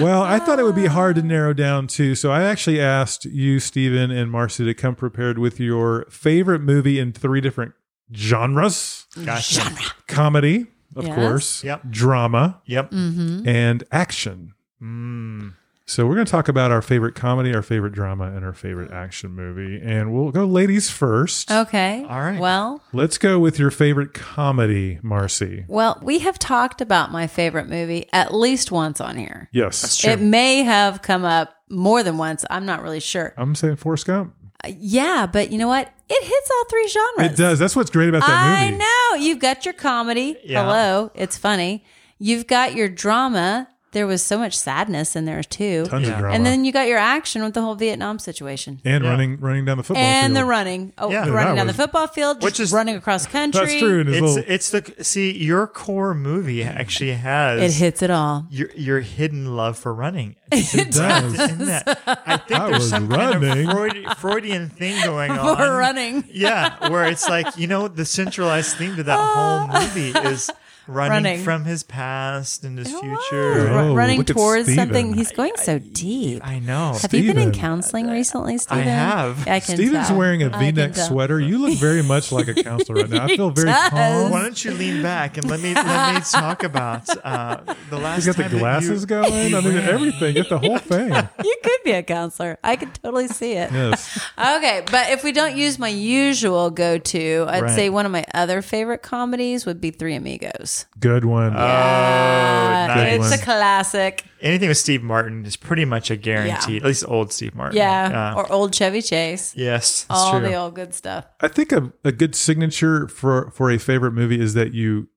Speaker 2: Well, I thought it would
Speaker 1: Ah.
Speaker 2: be hard to narrow down to, so I actually asked you, Stephen, and Marcy to come prepared with your favorite movie in three different genres:
Speaker 3: Gotcha.
Speaker 2: comedy, of
Speaker 1: Yes.
Speaker 2: course,
Speaker 3: Yep.
Speaker 2: drama,
Speaker 3: Yep.
Speaker 1: Mm.
Speaker 2: and action.
Speaker 3: Mm.
Speaker 2: So we're going to talk about our favorite comedy, our favorite drama, and our
Speaker 3: Mm.
Speaker 2: favorite action movie. And we'll go ladies first.
Speaker 1: Okay.
Speaker 3: All right.
Speaker 1: Well,
Speaker 2: Let's go with your favorite comedy, Marcy.
Speaker 1: well, we have talked about my favorite movie at least once on here.
Speaker 2: Yes,
Speaker 1: It may have come up more than once. I'm not really sure.
Speaker 2: I'm saying Forrest Gump.
Speaker 1: Uh, yeah, but you know what? It hits all three genres.
Speaker 2: It does. That's what's great about that
Speaker 1: I
Speaker 2: movie.
Speaker 1: know. You've got your comedy.
Speaker 3: Yeah.
Speaker 1: Hello. It's funny. You've got your drama. There was so much sadness in there too.
Speaker 2: Tons of
Speaker 3: Yeah.
Speaker 2: drama.
Speaker 1: And then you got your action with the whole Vietnam situation.
Speaker 2: and
Speaker 3: Yeah.
Speaker 2: running running down the football
Speaker 1: and the
Speaker 2: field.
Speaker 1: running. Oh,
Speaker 3: Yeah.
Speaker 1: running
Speaker 2: That
Speaker 1: down
Speaker 2: was-
Speaker 1: the football field,
Speaker 3: Which
Speaker 1: which
Speaker 3: is-
Speaker 1: is running across country.
Speaker 2: That's true. And his
Speaker 3: It's
Speaker 2: little,
Speaker 3: it's the see your core movie actually has
Speaker 1: It hits it all.
Speaker 3: your your hidden love for running. It's
Speaker 2: it does.
Speaker 3: in that. I think
Speaker 2: I was
Speaker 3: there's some
Speaker 2: running.
Speaker 3: kind of Freud, Freudian thing going
Speaker 1: For
Speaker 3: on.
Speaker 1: running.
Speaker 3: Yeah, where it's like you know the centralized theme to that whole movie is running,
Speaker 1: Running.
Speaker 3: from his past and his
Speaker 1: Ru-
Speaker 3: future.
Speaker 2: Right. Oh,
Speaker 1: running
Speaker 2: look at
Speaker 1: towards
Speaker 2: Steven.
Speaker 1: something. He's going so deep.
Speaker 3: I know.
Speaker 1: have you been in
Speaker 2: Steven.
Speaker 1: counseling recently, Steven?
Speaker 3: have.
Speaker 1: I can
Speaker 2: Steven's
Speaker 1: tell.
Speaker 2: wearing a
Speaker 1: I can
Speaker 2: V-neck
Speaker 1: tell.
Speaker 2: sweater. You look very much like a counselor right now. I feel very
Speaker 1: does.
Speaker 3: Why
Speaker 2: calm.
Speaker 3: don't you lean back and let me let me talk about uh, the last
Speaker 2: He's got the
Speaker 3: time that you- Oh,
Speaker 2: glasses going. I mean, everything. Get the whole thing.
Speaker 1: You could be a counselor. I could totally see it.
Speaker 2: Yes.
Speaker 1: Okay, but if we don't use my usual go to, I'd
Speaker 3: Right.
Speaker 1: say one of my other favorite comedies would be Three Amigos.
Speaker 2: Good one.
Speaker 1: Uh,
Speaker 3: nice.
Speaker 1: It's
Speaker 2: one.
Speaker 1: a classic.
Speaker 3: Anything with Steve Martin is pretty much a guarantee. At least old Steve Martin.
Speaker 1: Yeah.
Speaker 3: Uh,
Speaker 1: Or old Chevy Chase.
Speaker 3: yes. That's
Speaker 1: All
Speaker 3: true.
Speaker 1: the old good stuff.
Speaker 2: I think a, a good signature for, for a favorite movie is that you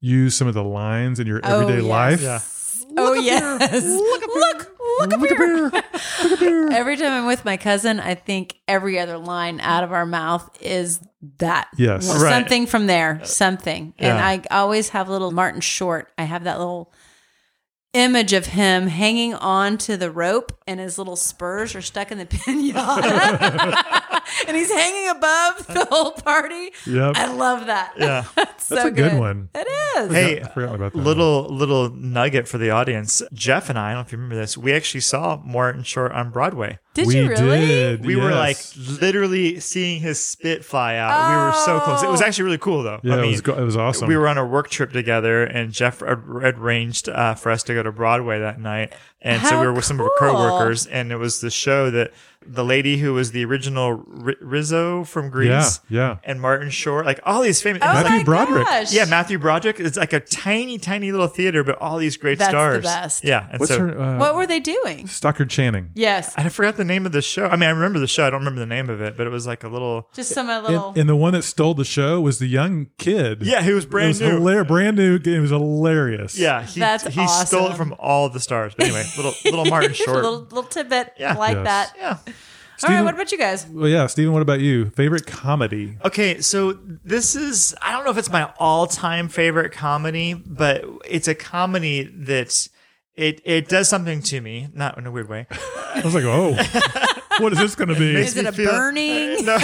Speaker 2: use some of the lines in your
Speaker 1: Oh,
Speaker 2: everyday
Speaker 1: yes.
Speaker 2: life.
Speaker 3: yeah.
Speaker 1: oh, yes. Look, look, look,
Speaker 2: Look up here. Look up here.
Speaker 1: Every time I'm with my cousin, I think every other line out of our mouth is that.
Speaker 2: Yes.
Speaker 1: Well,
Speaker 3: Right.
Speaker 1: Something from there, something. And
Speaker 3: Yeah.
Speaker 1: I always have little Martin Short. I have that little image of him hanging on to the rope and his little spurs are stuck in the pinata. and he's hanging above the whole party.
Speaker 2: Yep.
Speaker 1: I love that.
Speaker 3: Yeah.
Speaker 1: That's, so
Speaker 2: That's a good one.
Speaker 1: It is.
Speaker 3: Hey,
Speaker 2: I forgot about that.
Speaker 3: little little nugget for the audience. Jeff and I, I don't know if you remember this, we actually saw Martin Short on Broadway.
Speaker 1: Did
Speaker 2: we
Speaker 1: you really?
Speaker 2: did.
Speaker 3: We were like
Speaker 2: yes.
Speaker 3: literally seeing his spit fly out. We were so close. It was
Speaker 1: Oh.
Speaker 3: actually really cool though.
Speaker 2: yeah,
Speaker 3: I mean,
Speaker 2: it was go- it was awesome.
Speaker 3: we were on a work trip together, and Jeff had arranged uh, for us to go to Broadway that night. And so
Speaker 1: How
Speaker 3: we were with some of our
Speaker 1: cool.
Speaker 3: coworkers, and it was the show that the lady who was the original R- Rizzo from Greece,
Speaker 2: yeah, yeah.
Speaker 3: and Martin Short, like all these famous.
Speaker 1: Oh
Speaker 2: Matthew
Speaker 1: my
Speaker 2: Broderick.
Speaker 1: gosh.
Speaker 3: yeah, Matthew Broderick. It's like a tiny, tiny little theater, but all these great
Speaker 1: That's the
Speaker 3: stars.
Speaker 1: best.
Speaker 3: Yeah, and
Speaker 2: What's
Speaker 3: so
Speaker 2: her? Uh,
Speaker 1: What were they doing?
Speaker 2: Stockard Channing.
Speaker 1: Yes.
Speaker 3: I forgot the name of the show. I mean, I remember the show. I don't remember the name of it, but it was like a little.
Speaker 1: Just some uh, little.
Speaker 2: And, and the one that stole the show was the young kid.
Speaker 3: Yeah, he was
Speaker 2: it
Speaker 3: brand
Speaker 2: was
Speaker 3: new.
Speaker 2: hilar- brand new. It was hilarious.
Speaker 3: Yeah, he,
Speaker 1: That's
Speaker 3: he stole
Speaker 1: awesome.
Speaker 3: it from all the stars. But anyway, little little Martin Short.
Speaker 1: little, little tidbit
Speaker 3: Yeah.
Speaker 1: like
Speaker 2: Yes.
Speaker 1: that.
Speaker 3: yeah.
Speaker 1: All right,
Speaker 2: Steven-
Speaker 1: what about you guys?
Speaker 2: Well, yeah, Stephen. What about you? Favorite comedy?
Speaker 3: Okay, so this is I don't know if it's my all-time favorite comedy, but it's a comedy that it it does something to me, not in a weird way.
Speaker 2: I was like, oh, what is this going to be?
Speaker 1: Is it
Speaker 3: me
Speaker 1: a
Speaker 3: feel-
Speaker 1: burning?
Speaker 3: No,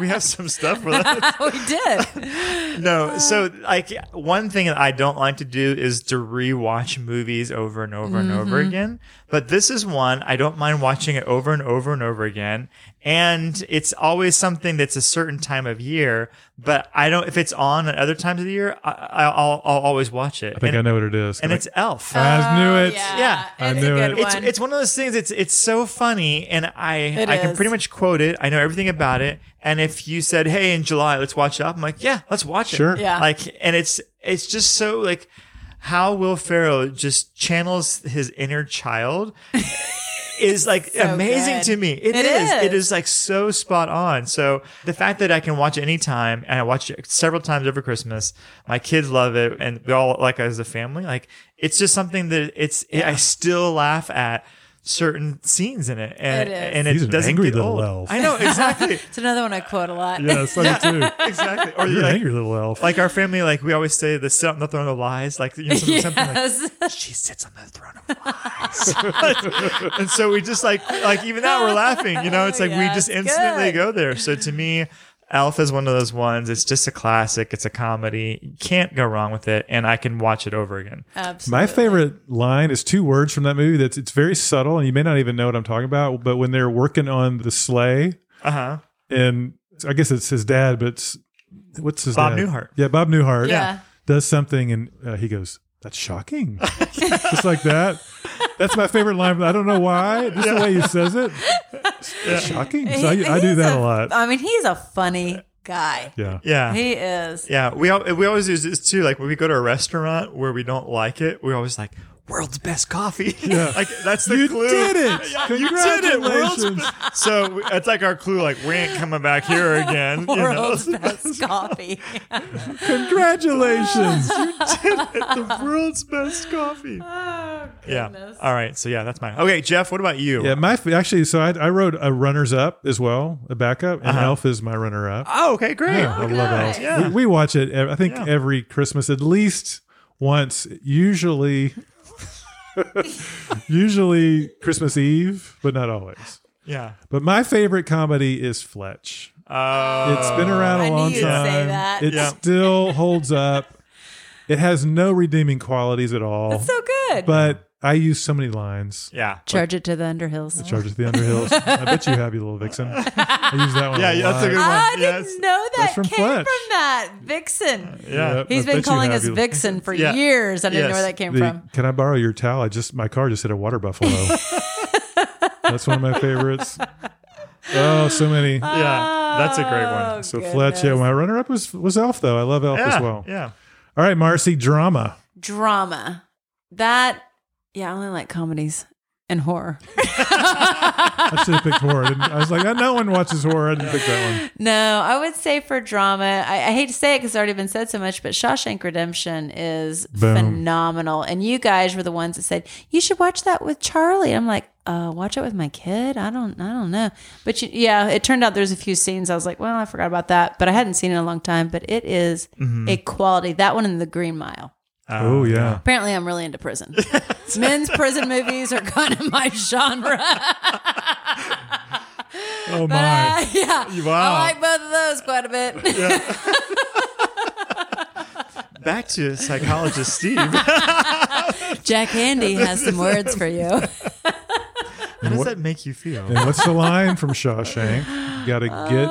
Speaker 3: we have some stuff for that.
Speaker 1: we did.
Speaker 3: No, so like one thing that I don't like to do is to rewatch movies over and over and over again. But this is one I don't mind watching it over and over and over again. And it's always something that's a certain time of year. But I don't if it's on at other times of the year, I, I- I'll, I'll always watch it.
Speaker 2: I think
Speaker 3: and,
Speaker 2: I know what it is.
Speaker 3: and
Speaker 2: Like,
Speaker 3: it's Elf.
Speaker 2: I just knew
Speaker 1: Oh,
Speaker 2: it.
Speaker 3: Yeah.
Speaker 2: I
Speaker 1: it's
Speaker 2: knew
Speaker 1: a good
Speaker 2: it.
Speaker 1: one.
Speaker 3: It's, it's one of those things. It's it's so funny, and I
Speaker 1: It
Speaker 3: I can
Speaker 1: is.
Speaker 3: pretty much quote it. I know everything about it. And if you said, "Hey, in July, let's watch it," I'm like, "Yeah, let's watch it."
Speaker 2: Sure.
Speaker 1: Yeah.
Speaker 3: Like, and it's it's just so like how Will Ferrell just channels his inner child is like amazing
Speaker 1: good.
Speaker 3: to me.
Speaker 1: It
Speaker 3: it is.
Speaker 1: is.
Speaker 3: It is like so spot on. So the fact that I can watch it anytime and I watch it several times over Christmas, my kids love it and we all like as a family, like it's just something that it's, I still laugh at certain scenes in it and
Speaker 1: It is.
Speaker 3: and it
Speaker 2: He's an
Speaker 3: doesn't
Speaker 2: angry
Speaker 3: get
Speaker 2: little
Speaker 3: old.
Speaker 2: elf.
Speaker 3: I know exactly.
Speaker 1: It's another one I quote a lot.
Speaker 2: yes, I do. too.
Speaker 3: exactly. Or
Speaker 2: You're an
Speaker 3: like,
Speaker 2: angry little elf.
Speaker 3: like our family, like we always say, the sit on the throne of lies. Like you know, something, something like
Speaker 1: Yes.
Speaker 3: she sits on the throne of lies. and so we just like like even now we're laughing, you know, it's like
Speaker 1: Yeah,
Speaker 3: we just
Speaker 1: it's
Speaker 3: instantly
Speaker 1: good.
Speaker 3: go there. So to me, Elf is one of those ones. It's just a classic. It's a comedy. You can't go wrong with it, and I can watch it over again.
Speaker 1: Absolutely.
Speaker 2: My favorite line is two words from that movie. That's it's very subtle, and you may not even know what I'm talking about. But when they're working on the sleigh,
Speaker 3: Uh huh.
Speaker 2: and I guess it's his dad, but it's, what's his
Speaker 3: Bob
Speaker 2: dad?
Speaker 3: Newhart.
Speaker 2: Yeah, Bob Newhart.
Speaker 1: Yeah.
Speaker 2: does something, and uh, he goes, "That's shocking," just like that. That's my favorite line. I don't know why. Just the way he says it, That's shocking. So
Speaker 1: He-
Speaker 2: I, I do
Speaker 1: he's
Speaker 2: that a lot.
Speaker 1: I mean, he's a funny guy.
Speaker 2: Yeah.
Speaker 3: Yeah.
Speaker 1: He is.
Speaker 3: Yeah, we al- we always use this too. Like when we go to a restaurant where we don't like it, we're always like, "World's best coffee." Yeah, like that's the
Speaker 2: You
Speaker 3: clue.
Speaker 2: did it!
Speaker 3: Yeah, you did it. World's
Speaker 2: Congratulations.
Speaker 3: best. So we- it's like our clue. Like we ain't coming back here again. you know?
Speaker 1: World's best coffee.
Speaker 2: Congratulations.
Speaker 3: the world's best coffee.
Speaker 1: oh,
Speaker 3: Yeah. All right. So yeah, that's mine. Okay, Jeff. What about you?
Speaker 2: yeah, my f- actually. So I, I wrote a runners up as well, a backup, and Elf is my runner up.
Speaker 3: Uh-huh. Oh, okay, great.
Speaker 2: Yeah, I love
Speaker 1: nice.
Speaker 2: Elf.
Speaker 3: Yeah.
Speaker 2: We, we watch it. ev- I think
Speaker 3: Yeah.
Speaker 2: every Christmas, at least once. Usually, usually Christmas Eve, but not always.
Speaker 3: Yeah.
Speaker 2: But my favorite comedy is Fletch.
Speaker 3: Uh,
Speaker 2: It's been around
Speaker 1: I
Speaker 2: a
Speaker 1: knew
Speaker 2: long
Speaker 1: you'd say
Speaker 2: time.
Speaker 1: that.
Speaker 2: It
Speaker 3: Yeah.
Speaker 2: still holds up. It has no redeeming qualities at all.
Speaker 1: That's so good.
Speaker 2: but I use so many lines.
Speaker 3: yeah.
Speaker 1: Charge it to the Underhills.
Speaker 2: Charge at the Underhills. I bet you have, you little vixen. I use that one.
Speaker 3: Yeah,
Speaker 2: a
Speaker 3: yeah, that's a
Speaker 2: lot.
Speaker 3: good one.
Speaker 1: Ah, I
Speaker 3: Yeah,
Speaker 1: didn't
Speaker 3: it's-
Speaker 1: know that
Speaker 2: from
Speaker 1: came
Speaker 2: Fletch.
Speaker 1: from that Vixen.
Speaker 3: Yeah.
Speaker 2: Yep,
Speaker 1: He's been
Speaker 2: I bet you
Speaker 1: calling
Speaker 2: have,
Speaker 1: us
Speaker 2: you-
Speaker 1: Vixen for
Speaker 3: Yeah.
Speaker 1: years. I didn't know
Speaker 3: Yes.
Speaker 1: where that came
Speaker 2: The-
Speaker 1: from.
Speaker 2: Can I borrow your towel? I just my car just hit a water buffalo. That's one of my favorites. Oh, so many.
Speaker 3: Yeah. That's a great
Speaker 1: Oh,
Speaker 3: one.
Speaker 2: so Fletch, yeah, my runner up was was Elf though. I love Elf
Speaker 3: Yeah.
Speaker 2: as well.
Speaker 3: Yeah.
Speaker 2: All right, Marcy, drama.
Speaker 1: Drama. That, yeah, I only like comedies and horror.
Speaker 2: I should have picked horror. I didn't- I was like, no one watches horror. I didn't pick that one.
Speaker 1: No, I would say for drama, I, I hate to say it because it's already been said so much, but Shawshank Redemption is
Speaker 2: Boom.
Speaker 1: phenomenal. And you guys were the ones that said you should watch that with Charlie. I'm like, uh, watch it with my kid. I don't, I don't know. But you, yeah, it turned out there's a few scenes I was like, well, I forgot about that, but I hadn't seen it in a long time. But it is
Speaker 2: Mm-hmm.
Speaker 1: a quality. That one in the Green Mile.
Speaker 3: Ah,
Speaker 2: Oh yeah.
Speaker 1: Apparently, I'm really into prison. Men's prison movies are kind of my genre.
Speaker 2: Oh
Speaker 1: But,
Speaker 2: my.
Speaker 1: uh, yeah,
Speaker 3: Wow.
Speaker 1: I like both of those quite a bit.
Speaker 3: Back to psychologist Steve.
Speaker 1: Jack Handy has some words for you.
Speaker 3: How
Speaker 2: And
Speaker 3: does
Speaker 2: what-
Speaker 3: that make you feel?
Speaker 2: And what's the line from Shawshank? You got to get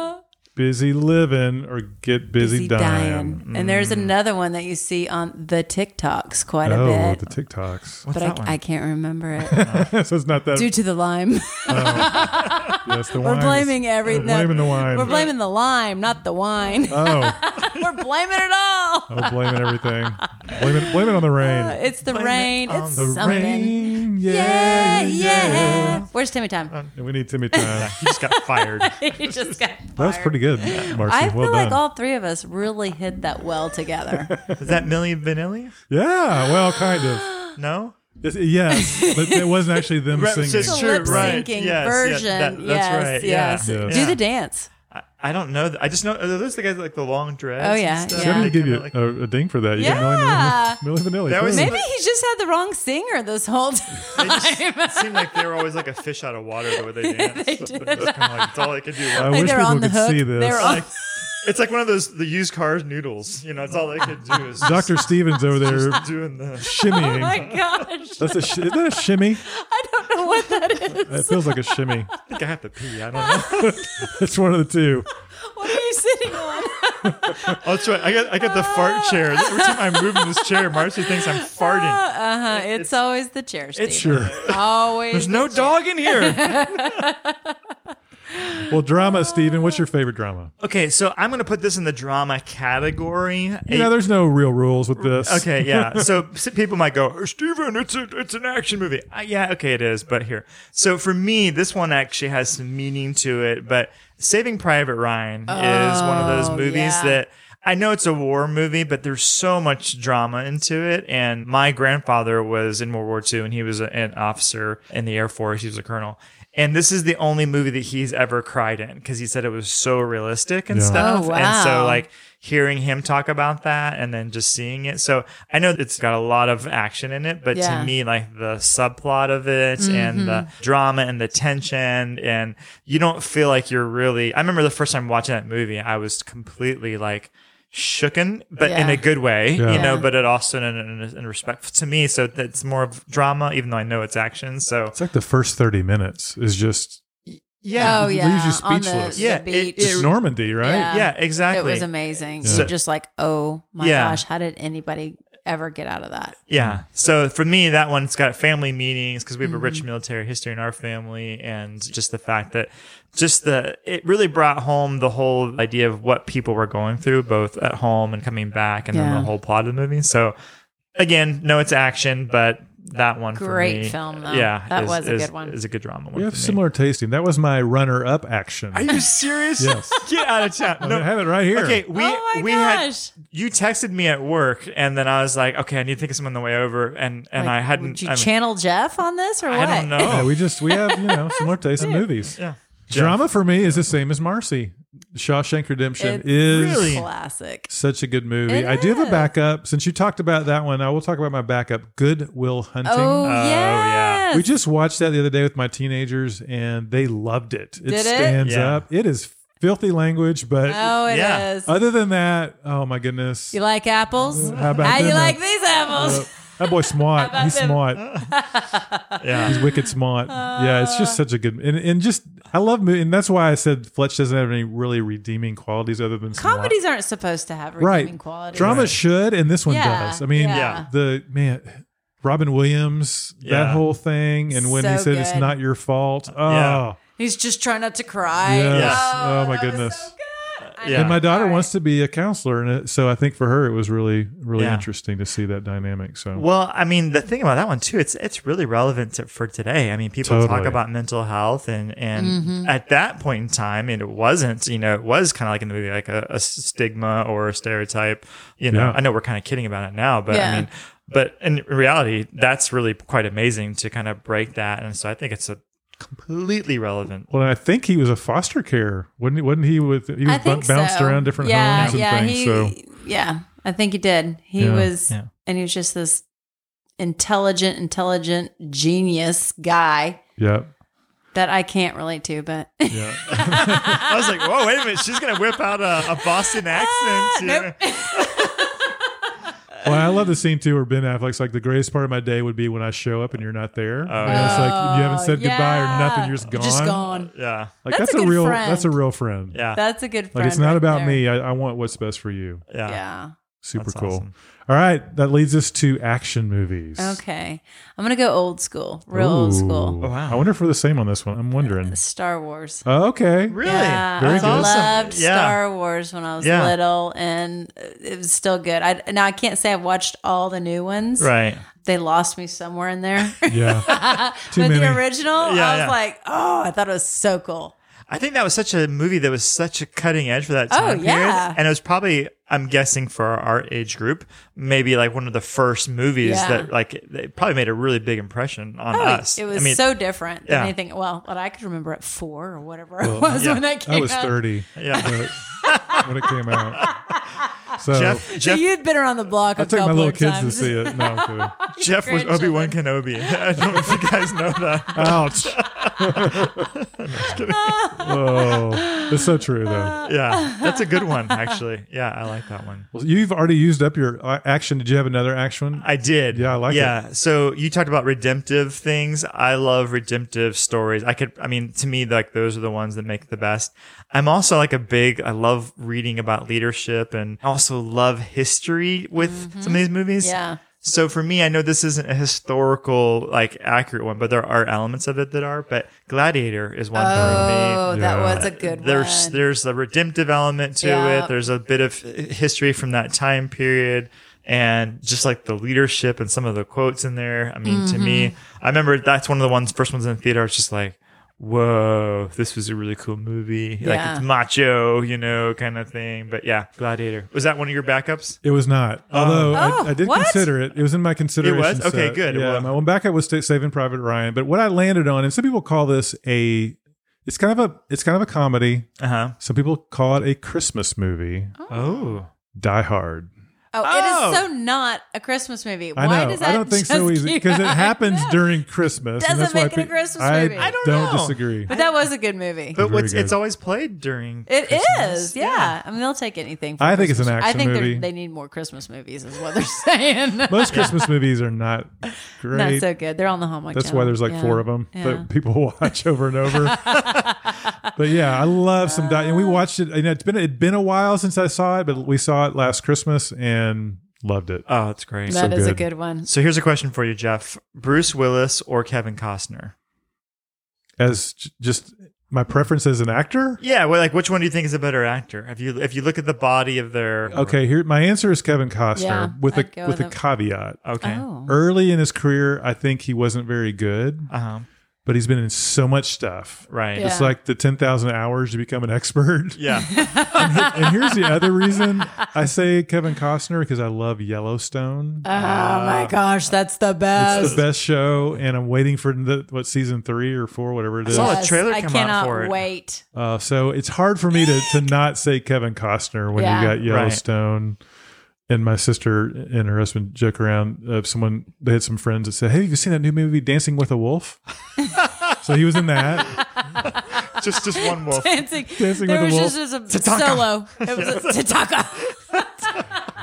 Speaker 2: busy living or get
Speaker 1: Busy
Speaker 2: busy, dying.
Speaker 1: And there's
Speaker 3: Mm.
Speaker 1: another one that you see on the TikToks quite a
Speaker 2: Oh,
Speaker 1: bit,
Speaker 2: the TikToks.
Speaker 3: What's
Speaker 1: but
Speaker 3: that one?
Speaker 1: I, I can't remember it
Speaker 2: so it's not that.
Speaker 1: due to the lime.
Speaker 2: yes, the
Speaker 1: We're
Speaker 2: wine is-
Speaker 1: blaming everything.
Speaker 2: We're blaming the wine.
Speaker 1: We're blaming the lime, not the wine.
Speaker 2: Oh,
Speaker 1: We're blaming it all.
Speaker 2: oh, blaming everything. Blame it, blame it on the rain.
Speaker 1: Uh, it's the
Speaker 3: Blame it
Speaker 1: rain.
Speaker 3: on
Speaker 1: it's
Speaker 3: the
Speaker 1: something.
Speaker 2: rain.
Speaker 1: Yeah,
Speaker 2: Yeah,
Speaker 1: yeah. Where's Timmy
Speaker 3: Um,
Speaker 1: time?
Speaker 2: And we need Timmy time.
Speaker 3: you just got fired.
Speaker 1: he just got.
Speaker 2: That was
Speaker 1: fired.
Speaker 2: pretty good, Marcy.
Speaker 1: I feel
Speaker 2: well
Speaker 1: like
Speaker 2: done.
Speaker 1: all three of us really hit that well together.
Speaker 3: Is that Millie Vanilli?
Speaker 2: yeah, well, kind of.
Speaker 3: No.
Speaker 2: It's- Yes, but it wasn't actually them
Speaker 3: Right,
Speaker 2: singing.
Speaker 3: it's
Speaker 1: It's a
Speaker 3: Sure,
Speaker 1: lip
Speaker 3: right.
Speaker 1: syncing
Speaker 3: Yes, yeah,
Speaker 1: version.
Speaker 3: that- that's
Speaker 1: yes,
Speaker 3: right,
Speaker 1: yes.
Speaker 3: yeah.
Speaker 2: Yeah.
Speaker 1: Do
Speaker 3: Yeah.
Speaker 1: the dance.
Speaker 3: I, I don't know. th- I just know are those the guys with, like the long dress.
Speaker 1: Oh,
Speaker 3: and
Speaker 1: yeah,
Speaker 3: stuff?
Speaker 1: yeah.
Speaker 2: Somebody
Speaker 3: They
Speaker 2: give
Speaker 3: kinda
Speaker 2: you
Speaker 3: like-
Speaker 2: a, a ding for that. You
Speaker 1: Yeah.
Speaker 2: got Millie Vanilli.
Speaker 3: That was-
Speaker 2: too.
Speaker 1: Maybe he just had the wrong singer this whole time.
Speaker 3: they just it seemed like they were always like a fish out of water the way they danced.
Speaker 1: They
Speaker 3: It's
Speaker 1: did.
Speaker 3: just kinda like, it's all they could do.
Speaker 2: I
Speaker 1: Like
Speaker 2: wish
Speaker 1: they're
Speaker 2: people
Speaker 1: on the
Speaker 2: could
Speaker 1: hook.
Speaker 2: see this.
Speaker 1: They're on-
Speaker 3: Like, it's like one of those the used cars noodles. You know, it's all they could do is just
Speaker 2: Dr. Stevens over there
Speaker 3: doing the.
Speaker 1: oh my
Speaker 2: shimmying.
Speaker 1: gosh.
Speaker 2: That's a sh- is that a shimmy?
Speaker 1: I don't know what that is.
Speaker 2: It feels like a shimmy.
Speaker 3: I think I have to pee. I don't know.
Speaker 2: It's one of the two.
Speaker 1: What are you sitting on?
Speaker 3: Oh, that's right. I got I got the fart chair. Every time I move in this chair, Marcy thinks I'm farting.
Speaker 1: Uh, it's, always the chair, Steve.
Speaker 3: it's-
Speaker 2: Sure.
Speaker 1: always.
Speaker 3: There's no dog in here.
Speaker 2: Well, drama, Steven. What's your favorite drama?
Speaker 3: Okay, so I'm going to put this in the drama category.
Speaker 2: You know, there's no real rules with this.
Speaker 3: okay, yeah. So s- people might go, "Oh, Steven, it's a, it's an action movie. Uh, yeah, okay, it is. But here, so for me, this one actually has some meaning to it. But Saving Private Ryan is one of those movies
Speaker 1: Oh, yeah.
Speaker 3: that. I know it's a war movie, but there's so much drama into it. And my grandfather was in World War II, and he was a- an officer in the Air Force. He was a colonel. And this is the only movie that he's ever cried in because he said it was so realistic and
Speaker 2: Yeah.
Speaker 3: stuff.
Speaker 1: Oh,
Speaker 3: And
Speaker 1: wow.
Speaker 3: so, like, hearing him talk about that and then just seeing it. So I know it's got a lot of action in it, but
Speaker 1: Yeah. Mm-hmm.
Speaker 3: to me, like the subplot of it and the drama and the tension, and you don't feel like you're really. I remember the first time watching that movie, I was completely like shooken, but in
Speaker 1: Yeah.
Speaker 3: a good way,
Speaker 2: Yeah.
Speaker 3: you know,
Speaker 1: Yeah.
Speaker 3: but it also in, in, in respectful to me. So it's more of drama, even though I know it's action. So
Speaker 2: It's like the first 30 minutes is just
Speaker 3: yeah.
Speaker 1: Oh
Speaker 2: It
Speaker 1: yeah,
Speaker 2: leaves you
Speaker 1: on the-
Speaker 2: speechless.
Speaker 1: the,
Speaker 3: Yeah, it-
Speaker 1: beach.
Speaker 3: it-
Speaker 2: it's Normandy, right?
Speaker 1: Yeah.
Speaker 3: Yeah,
Speaker 1: it
Speaker 3: exactly.
Speaker 1: was amazing.
Speaker 2: Yeah.
Speaker 1: You're just like, oh my
Speaker 3: Yeah.
Speaker 1: gosh, how did anybody ever get out of that?
Speaker 3: Yeah. So for me, that one's got family meetings because we have a
Speaker 1: Mm-hmm.
Speaker 3: rich military history in our family, and just the fact that just the it really brought home the whole idea of what people were going through, both at home and coming back, and then
Speaker 1: Yeah.
Speaker 3: the whole plot of the movie. So again, no, it's action, but that one for
Speaker 1: Great
Speaker 3: me,
Speaker 1: film, though.
Speaker 3: Yeah,
Speaker 1: That
Speaker 3: is-
Speaker 1: was a
Speaker 3: is-
Speaker 1: good one.
Speaker 3: Is a good drama one.
Speaker 2: We have
Speaker 3: for me.
Speaker 2: similar tasting. That was my runner-up action.
Speaker 3: Are you serious?
Speaker 2: Yes.
Speaker 3: Get out of town.
Speaker 2: I have it right here.
Speaker 3: Okay, we
Speaker 1: Oh my
Speaker 3: we
Speaker 1: gosh.
Speaker 3: had you texted me at work, and then I was like, okay, I need to think of someone on the way over, and and I hadn't.
Speaker 1: Did you
Speaker 3: I'm-
Speaker 1: channel Jeff on this or what?
Speaker 3: I don't know.
Speaker 2: Yeah, we just we have you know similar taste in movies.
Speaker 3: yeah.
Speaker 2: Drama for me is the same as Marcy. Shawshank Redemption
Speaker 1: It's
Speaker 2: is
Speaker 3: really-
Speaker 1: Classic.
Speaker 2: such a good movie.
Speaker 1: It
Speaker 2: I do have
Speaker 1: is.
Speaker 2: a backup. Since you talked about that one, I will talk about my backup. Good Will Hunting.
Speaker 1: Oh
Speaker 3: yeah.
Speaker 1: yes.
Speaker 2: We just watched that the other day with my teenagers, and they loved it. It
Speaker 1: Did it?
Speaker 2: stands
Speaker 3: Yeah.
Speaker 2: up. It is filthy language, but
Speaker 1: oh, it is.
Speaker 3: Yeah.
Speaker 2: other than that, oh my goodness,
Speaker 1: You like apples?
Speaker 2: How about
Speaker 1: you
Speaker 2: them
Speaker 1: like
Speaker 2: apples?
Speaker 1: these apples?
Speaker 2: that boy smart.
Speaker 1: about
Speaker 2: He's
Speaker 1: them?
Speaker 2: smart.
Speaker 3: Yeah.
Speaker 2: wicked smart. yeah, it's just
Speaker 1: Ah.
Speaker 2: such a good and, and just I love mo- and that's why I said Fletch doesn't have any really redeeming qualities other than some
Speaker 1: Comedies aren't supposed to have
Speaker 2: li-
Speaker 1: redeeming
Speaker 2: right
Speaker 1: qualities.
Speaker 2: Drama should, and this one
Speaker 1: Yeah,
Speaker 2: does. I mean,
Speaker 1: yeah.
Speaker 2: the man. Robin Williams, that
Speaker 3: Yeah.
Speaker 2: whole thing, and when he
Speaker 1: So
Speaker 2: said it's
Speaker 1: good.
Speaker 2: not your fault. Oh,
Speaker 3: Yeah.
Speaker 1: He's just trying not to cry.
Speaker 2: yes.
Speaker 1: Oh,
Speaker 2: Oh,
Speaker 1: that
Speaker 2: my
Speaker 1: was
Speaker 2: goodness.
Speaker 1: so good. I
Speaker 3: Yeah.
Speaker 2: And my daughter
Speaker 1: All right.
Speaker 2: wants to be a counselor, and it- so I think for her it was really, really
Speaker 3: Yeah.
Speaker 2: interesting to see that dynamic. So
Speaker 3: Well, I mean, the thing about that one too, it's it's really relevant to, for today. I mean, people talk
Speaker 2: Totally.
Speaker 3: about mental health, and and
Speaker 1: Mm-hmm.
Speaker 3: at that point in time, and it wasn't, you know, it was kind of like in the movie, like a, a stigma or a stereotype. You know,
Speaker 2: Yeah.
Speaker 3: I know we're kind of kidding about it now, but
Speaker 1: Yeah.
Speaker 3: I mean, but in reality, that's really quite amazing to kind of break that, and so I think it's a completely relevant.
Speaker 2: Well, I think he was a foster care, wasn't he? Wasn't he with he was
Speaker 1: I think
Speaker 2: bu- bounced
Speaker 1: so.
Speaker 2: around different
Speaker 1: yeah,
Speaker 2: homes and
Speaker 1: yeah,
Speaker 2: things.
Speaker 1: He,
Speaker 2: so
Speaker 1: yeah, I think he did. He
Speaker 2: Yeah,
Speaker 1: was,
Speaker 3: yeah.
Speaker 1: and he was just this intelligent, intelligent genius guy
Speaker 2: yeah,
Speaker 1: that I can't relate to. But
Speaker 2: yeah.
Speaker 3: I was like, whoa,
Speaker 1: Ah,
Speaker 3: wait a minute, she's gonna whip out a, a Boston accent. here.
Speaker 2: Well, I love the scene too where Ben Affleck's like, the greatest part of my day would be when I show up and you're not there.
Speaker 3: Oh,
Speaker 2: and it's like, you haven't said goodbye or nothing. You're just gone.
Speaker 1: Oh, Just gone.
Speaker 3: Yeah.
Speaker 1: That's
Speaker 2: Like, that's,
Speaker 1: a
Speaker 2: a,
Speaker 1: good
Speaker 2: real,
Speaker 1: friend.
Speaker 2: that's a real friend.
Speaker 3: Yeah.
Speaker 1: That's a good friend.
Speaker 2: Like, it's not
Speaker 1: right
Speaker 2: about
Speaker 1: there.
Speaker 2: me. I, I want what's best for you.
Speaker 3: Yeah.
Speaker 1: Yeah.
Speaker 2: Super
Speaker 3: That's
Speaker 2: cool.
Speaker 3: awesome.
Speaker 2: All right. That leads us to action movies.
Speaker 1: Okay. I'm going to go old school, real old school.
Speaker 2: Ooh.
Speaker 3: Oh, wow.
Speaker 2: I wonder if we're the same on this one. I'm wondering. Uh,
Speaker 1: Star Wars.
Speaker 2: Okay.
Speaker 3: Really?
Speaker 1: Yeah,
Speaker 2: Very
Speaker 1: I
Speaker 2: good.
Speaker 1: loved
Speaker 3: Yeah.
Speaker 1: Star Wars when I was
Speaker 3: Yeah.
Speaker 1: little, and it was still good. I now I can't say I've watched all the new ones.
Speaker 3: Right.
Speaker 1: They lost me somewhere in there.
Speaker 2: Yeah.
Speaker 1: but
Speaker 2: Too many.
Speaker 1: the original,
Speaker 3: Yeah,
Speaker 1: I was
Speaker 3: yeah.
Speaker 1: like, oh, I thought it was so cool.
Speaker 3: I think that was such a movie that was such a cutting edge for that
Speaker 1: Oh,
Speaker 3: time
Speaker 1: yeah.
Speaker 3: period. And it was probably, I'm guessing for our age group, maybe like one of the first movies
Speaker 1: Yeah.
Speaker 3: that like it probably made a really big impression on
Speaker 1: Oh,
Speaker 3: us.
Speaker 1: It was
Speaker 3: I mean,
Speaker 1: so different than
Speaker 3: yeah.
Speaker 1: anything. Well, what I could remember at four or whatever it was
Speaker 3: yeah.
Speaker 1: when that came
Speaker 2: I was
Speaker 1: out.
Speaker 2: 30
Speaker 3: Yeah.
Speaker 2: when, it, when it came out. So
Speaker 3: Jeff,
Speaker 1: So
Speaker 3: Jeff,
Speaker 1: you'd been around the block.
Speaker 2: I
Speaker 1: a
Speaker 2: took my
Speaker 1: couple
Speaker 2: little
Speaker 1: of
Speaker 2: kids
Speaker 1: times.
Speaker 2: to see it. No, I'm kidding.
Speaker 3: Jeff was Obi Wan Kenobi. I don't know if you guys know that.
Speaker 2: Ouch. oh, it's so true, though.
Speaker 3: Yeah. That's a good one, actually. Yeah. I like that one.
Speaker 2: Well, you've already used up your uh, action. Did you have another action?
Speaker 3: I did.
Speaker 2: Yeah, I like
Speaker 3: yeah. So you talked about redemptive things. I love redemptive stories. I could, I mean, to me, like those are the ones that make the best. I'm also like a big, I love reading about leadership and I also love history with some of these movies.
Speaker 1: Mm-hmm. Yeah.
Speaker 3: So for me, I know this isn't a historical, like accurate one, but there are elements of it that are, but Gladiator is one for me
Speaker 1: Oh, that
Speaker 2: Yeah.
Speaker 1: was a good
Speaker 3: there's
Speaker 1: one.
Speaker 3: there's a redemptive element to
Speaker 1: Yeah.
Speaker 3: it. There's a bit of history from that time period and just like the leadership and some of the quotes in there. I mean, to
Speaker 1: Mm-hmm.
Speaker 3: me, I remember that's one of the ones first ones in the theater. I was just like, whoa, this was a really cool movie.
Speaker 1: Yeah.
Speaker 3: Like it's macho, you know, kind of thing. But yeah, Gladiator. Was that one of your backups?
Speaker 2: It was not. Although
Speaker 1: Oh,
Speaker 2: I, I did
Speaker 1: what?
Speaker 2: consider it. It was in my consideration.
Speaker 3: was? Okay,
Speaker 2: set.
Speaker 3: good.
Speaker 2: Yeah,
Speaker 3: Well-
Speaker 2: my one backup was Sta- Saving Private Ryan. But what I landed on, and some people call this a, it's kind of a, it's kind of a comedy.
Speaker 3: Uh huh.
Speaker 2: Some people call it a Christmas movie.
Speaker 3: Oh.
Speaker 2: Die Hard.
Speaker 1: oh, it
Speaker 3: Oh.
Speaker 1: is so not a Christmas movie. Why
Speaker 2: I know.
Speaker 1: does that
Speaker 2: I don't think
Speaker 1: just
Speaker 2: so easy
Speaker 1: keep
Speaker 2: because it
Speaker 1: out?
Speaker 2: happens
Speaker 1: No.
Speaker 2: during Christmas.
Speaker 1: Doesn't
Speaker 2: and that's why
Speaker 1: make it a
Speaker 2: pe-
Speaker 1: Christmas
Speaker 2: I
Speaker 1: movie. I
Speaker 3: don't know.
Speaker 2: disagree.
Speaker 1: But that was a good movie.
Speaker 3: But
Speaker 2: Very
Speaker 3: what's
Speaker 2: good.
Speaker 3: it's always played during
Speaker 1: It is,
Speaker 3: Christmas.
Speaker 1: yeah. I mean, they'll take anything. for
Speaker 2: I think it's an
Speaker 1: Christmas.
Speaker 2: action
Speaker 1: I think
Speaker 2: movie.
Speaker 1: they're- they need more Christmas movies, is what they're saying.
Speaker 2: Most Christmas movies are not great.
Speaker 1: Not so good. They're on the Hallmark.
Speaker 2: That's why
Speaker 1: Channel.
Speaker 2: there's like
Speaker 1: Yeah.
Speaker 2: four of them
Speaker 1: Yeah.
Speaker 2: that people watch over and over. but yeah, I love some diet.
Speaker 1: Oh.
Speaker 2: And we watched it. And it's been it'd been a while since I saw it, but we saw it last Christmas and loved it.
Speaker 3: Oh, it's great.
Speaker 1: That
Speaker 2: so
Speaker 1: is a
Speaker 2: good.
Speaker 1: good one.
Speaker 3: so here's a question for you, Jeff. Bruce Willis or Kevin Costner?
Speaker 2: As j- just my preference as an actor.
Speaker 3: Yeah, well, like which one do you think is a better actor? If you if you look at the body of their
Speaker 2: Okay, here my answer is Kevin Costner
Speaker 1: Yeah,
Speaker 2: with
Speaker 1: I'd
Speaker 2: a
Speaker 1: go
Speaker 2: with a
Speaker 1: with it.
Speaker 2: caveat.
Speaker 3: okay,
Speaker 1: Oh,
Speaker 2: Early in his career, I think he wasn't very good,
Speaker 3: uh-huh.
Speaker 2: but he's been in so much stuff.
Speaker 3: right,
Speaker 1: Yeah.
Speaker 2: It's like the 10,000 hours to become an expert.
Speaker 3: yeah,
Speaker 2: and here's the other reason I say Kevin Costner because I love Yellowstone.
Speaker 1: oh my gosh, that's the best.
Speaker 2: It's the best show, and I'm waiting for the, what season three or four, whatever it is.
Speaker 3: saw Oh, a trailer
Speaker 1: I
Speaker 3: come out
Speaker 1: cannot
Speaker 3: for it.
Speaker 1: wait.
Speaker 2: Uh, so it's hard for me to, to not say Kevin Costner when
Speaker 1: Yeah.
Speaker 2: you got Yellowstone. And my sister and her husband joke around. Uh, someone they had some friends that said, "Hey, have you seen that new movie Dancing with a Wolf?" so he was in that.
Speaker 3: just just one wolf.
Speaker 1: Dancing,
Speaker 2: Dancing
Speaker 1: there
Speaker 2: with
Speaker 1: was
Speaker 2: the
Speaker 1: just, just a solo. It was a Tataka.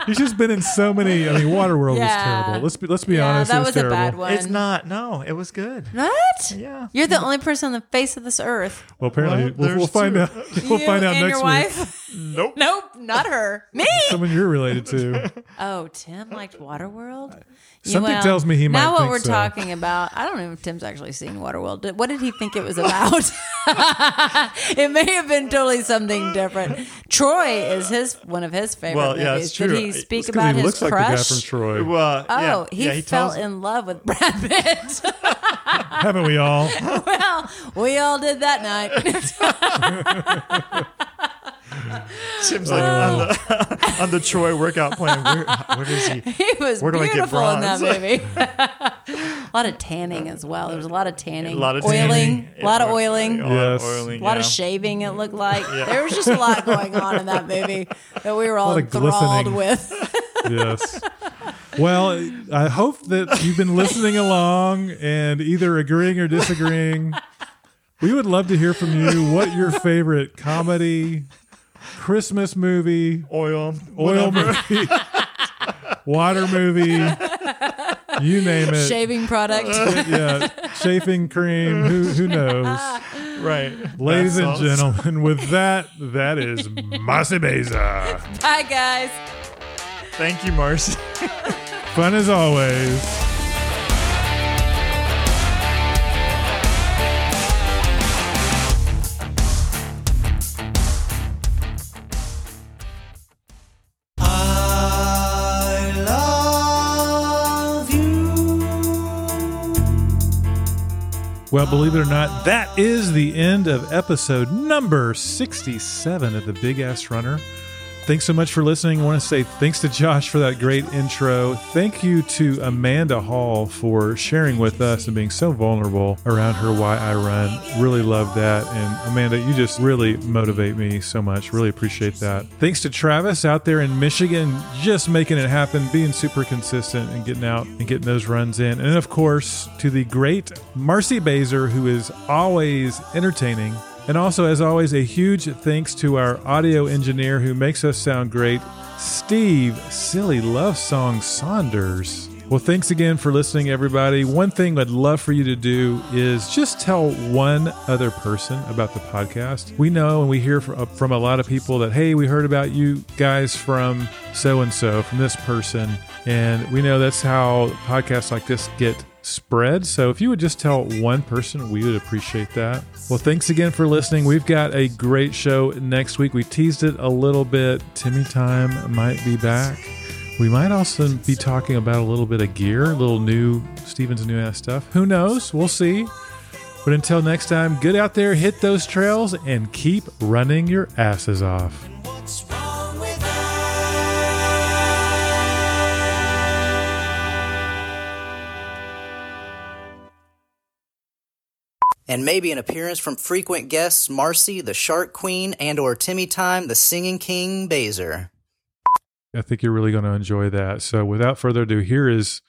Speaker 2: He's just been in so many. I mean, Waterworld
Speaker 1: Yeah.
Speaker 2: was terrible. Let's be let's be
Speaker 1: Yeah,
Speaker 2: honest.
Speaker 1: that
Speaker 2: it was,
Speaker 1: was a
Speaker 2: terrible.
Speaker 1: bad one.
Speaker 3: It's not. No, it was good.
Speaker 1: What?
Speaker 3: Yeah.
Speaker 1: You're the only person on the face of this earth.
Speaker 2: Well, apparently
Speaker 3: Well,
Speaker 2: we'll, we'll
Speaker 3: there's
Speaker 2: find
Speaker 3: two.
Speaker 2: out. We'll
Speaker 1: you
Speaker 2: find out
Speaker 1: and your
Speaker 2: next week.
Speaker 1: wife.
Speaker 3: Nope.
Speaker 1: nope, not her. Me.
Speaker 2: Someone you're related to.
Speaker 1: Oh, Tim liked Waterworld. You-
Speaker 2: Something tells me he might
Speaker 1: Now what
Speaker 2: think
Speaker 1: we're
Speaker 2: so.
Speaker 1: talking about, I don't know if Tim's actually seen Waterworld. Did- What did he think it was about? it may have been totally something different. Troy is his one of his favorite
Speaker 3: Well,
Speaker 1: movies.
Speaker 3: yeah, it's
Speaker 1: Did
Speaker 3: true.
Speaker 1: he
Speaker 3: It's
Speaker 1: speak
Speaker 2: 'Cause
Speaker 1: about
Speaker 2: he
Speaker 1: his
Speaker 2: looks like the guy from
Speaker 1: crush?
Speaker 2: Troy.
Speaker 3: Well, uh,
Speaker 1: Oh,
Speaker 3: yeah.
Speaker 1: he,
Speaker 3: yeah, he
Speaker 1: fell
Speaker 3: tells-
Speaker 1: in love with Brad Pitt.
Speaker 2: Haven't we all?
Speaker 1: well, we all did that night.
Speaker 3: Tim's
Speaker 1: Oh.
Speaker 3: like on the on the Troy workout plan. Where, where is he?
Speaker 1: he was
Speaker 3: Where do I get
Speaker 1: beautiful in that
Speaker 3: bronze?
Speaker 1: movie. a lot of tanning as well. There was a lot of tanning,
Speaker 3: A lot of
Speaker 1: oiling,
Speaker 3: tanning.
Speaker 1: a lot of
Speaker 3: Yeah,
Speaker 1: oiling.
Speaker 3: A lot of
Speaker 2: Yes.
Speaker 3: oiling.
Speaker 1: A lot of
Speaker 3: yeah.
Speaker 1: shaving, it looked like. There was just a lot going on in that movie that we were all
Speaker 2: lot of
Speaker 1: enthralled
Speaker 2: glistening.
Speaker 1: with.
Speaker 2: yes. Well, I hope that you've been listening along and either agreeing or disagreeing. We would love to hear from you what your favorite comedy, Christmas movie,
Speaker 3: Oil.
Speaker 2: oil movie, water movie, you name it.
Speaker 1: Shaving product.
Speaker 2: Yeah, shaving cream. Who who knows?
Speaker 3: Right.
Speaker 2: Ladies
Speaker 3: Bath
Speaker 2: and
Speaker 3: salts.
Speaker 2: gentlemen, with that, that is Masi Beza.
Speaker 1: Bye, guys.
Speaker 3: Thank you, Marcy.
Speaker 2: Fun as always.
Speaker 4: I love you.
Speaker 2: Well, believe it or not, that is the end of episode number 67 of The Big Ass Runner. Thanks so much for listening. I want to say thanks to Josh for that great intro. Thank you to Amanda Hall for sharing with us and being so vulnerable around her Why I Run. Really love that. And Amanda, you just really motivate me so much. Really appreciate that. Thanks to Travis out there in Michigan, just making it happen, being super consistent and getting out and getting those runs in. And of course, to the great Marcy Baser, who is always entertaining. And also, as always, a huge thanks to our audio engineer who makes us sound great, Steve Silly Love Song Saunders. Well, thanks again for listening, everybody. One thing I'd love for you to do is just tell one other person about the podcast. We know and we hear from, from a lot of people that, hey, we heard about you guys from so and so, from this person. And we know that's how podcasts like this get spread. So if you would just tell one person, we would appreciate that. Well, thanks again for listening. We've got a great show next week. We teased it a little bit. Timmy Time might be back. We might also be talking about a little bit of gear, a little new Steven's new ass stuff. Who knows? We'll see. But until next time, get out there, hit those trails, and keep running your asses off.
Speaker 4: What's wrong with that? And maybe an appearance from frequent guests Marcy, the Shark Queen, and or Timmy Time, the Singing King Baser.
Speaker 2: I think you're really going to enjoy that. So, without further ado, here is.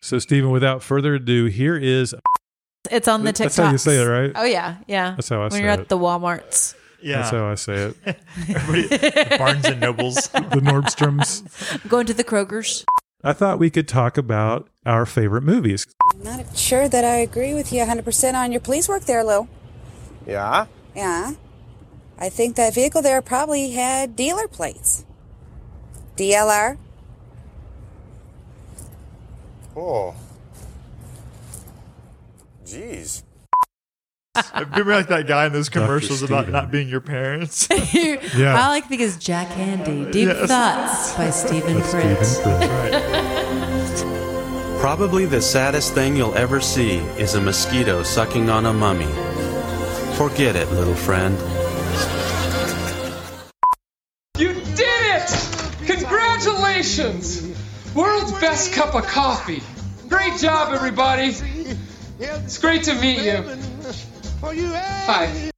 Speaker 2: So, Stephen, without further ado, here is.
Speaker 1: It's on the TikTok.
Speaker 2: That's how you say it, right?
Speaker 1: Oh yeah, yeah.
Speaker 2: That's how I
Speaker 1: when
Speaker 2: say
Speaker 1: you're
Speaker 2: it.
Speaker 1: at the WalMarts.
Speaker 3: Yeah.
Speaker 2: That's how I say it.
Speaker 3: Everybody- the Barnes and Nobles.
Speaker 2: The Nordstroms.
Speaker 1: Going to the Kroger's.
Speaker 2: I thought we could talk about our favorite movies.
Speaker 7: Not sure that I agree with you 100% on your police work there, Lou.
Speaker 8: Yeah?
Speaker 7: Yeah. I think that vehicle there probably had dealer plates. DLR?
Speaker 8: Oh. Jeez.
Speaker 3: Remember like that guy in those commercials about
Speaker 2: Steven.
Speaker 3: not being your parents?
Speaker 2: Yeah.
Speaker 1: I like to think is Jack Handy. Deep Thoughts by Stephen
Speaker 2: That's
Speaker 1: Fritz.
Speaker 2: Stephen Fritz.
Speaker 9: Probably the saddest thing you'll ever see is a mosquito sucking on a mummy. Forget it, little friend.
Speaker 10: You did it! Congratulations! World's best cup of coffee. Great job, everybody. It's great to meet you. Hi.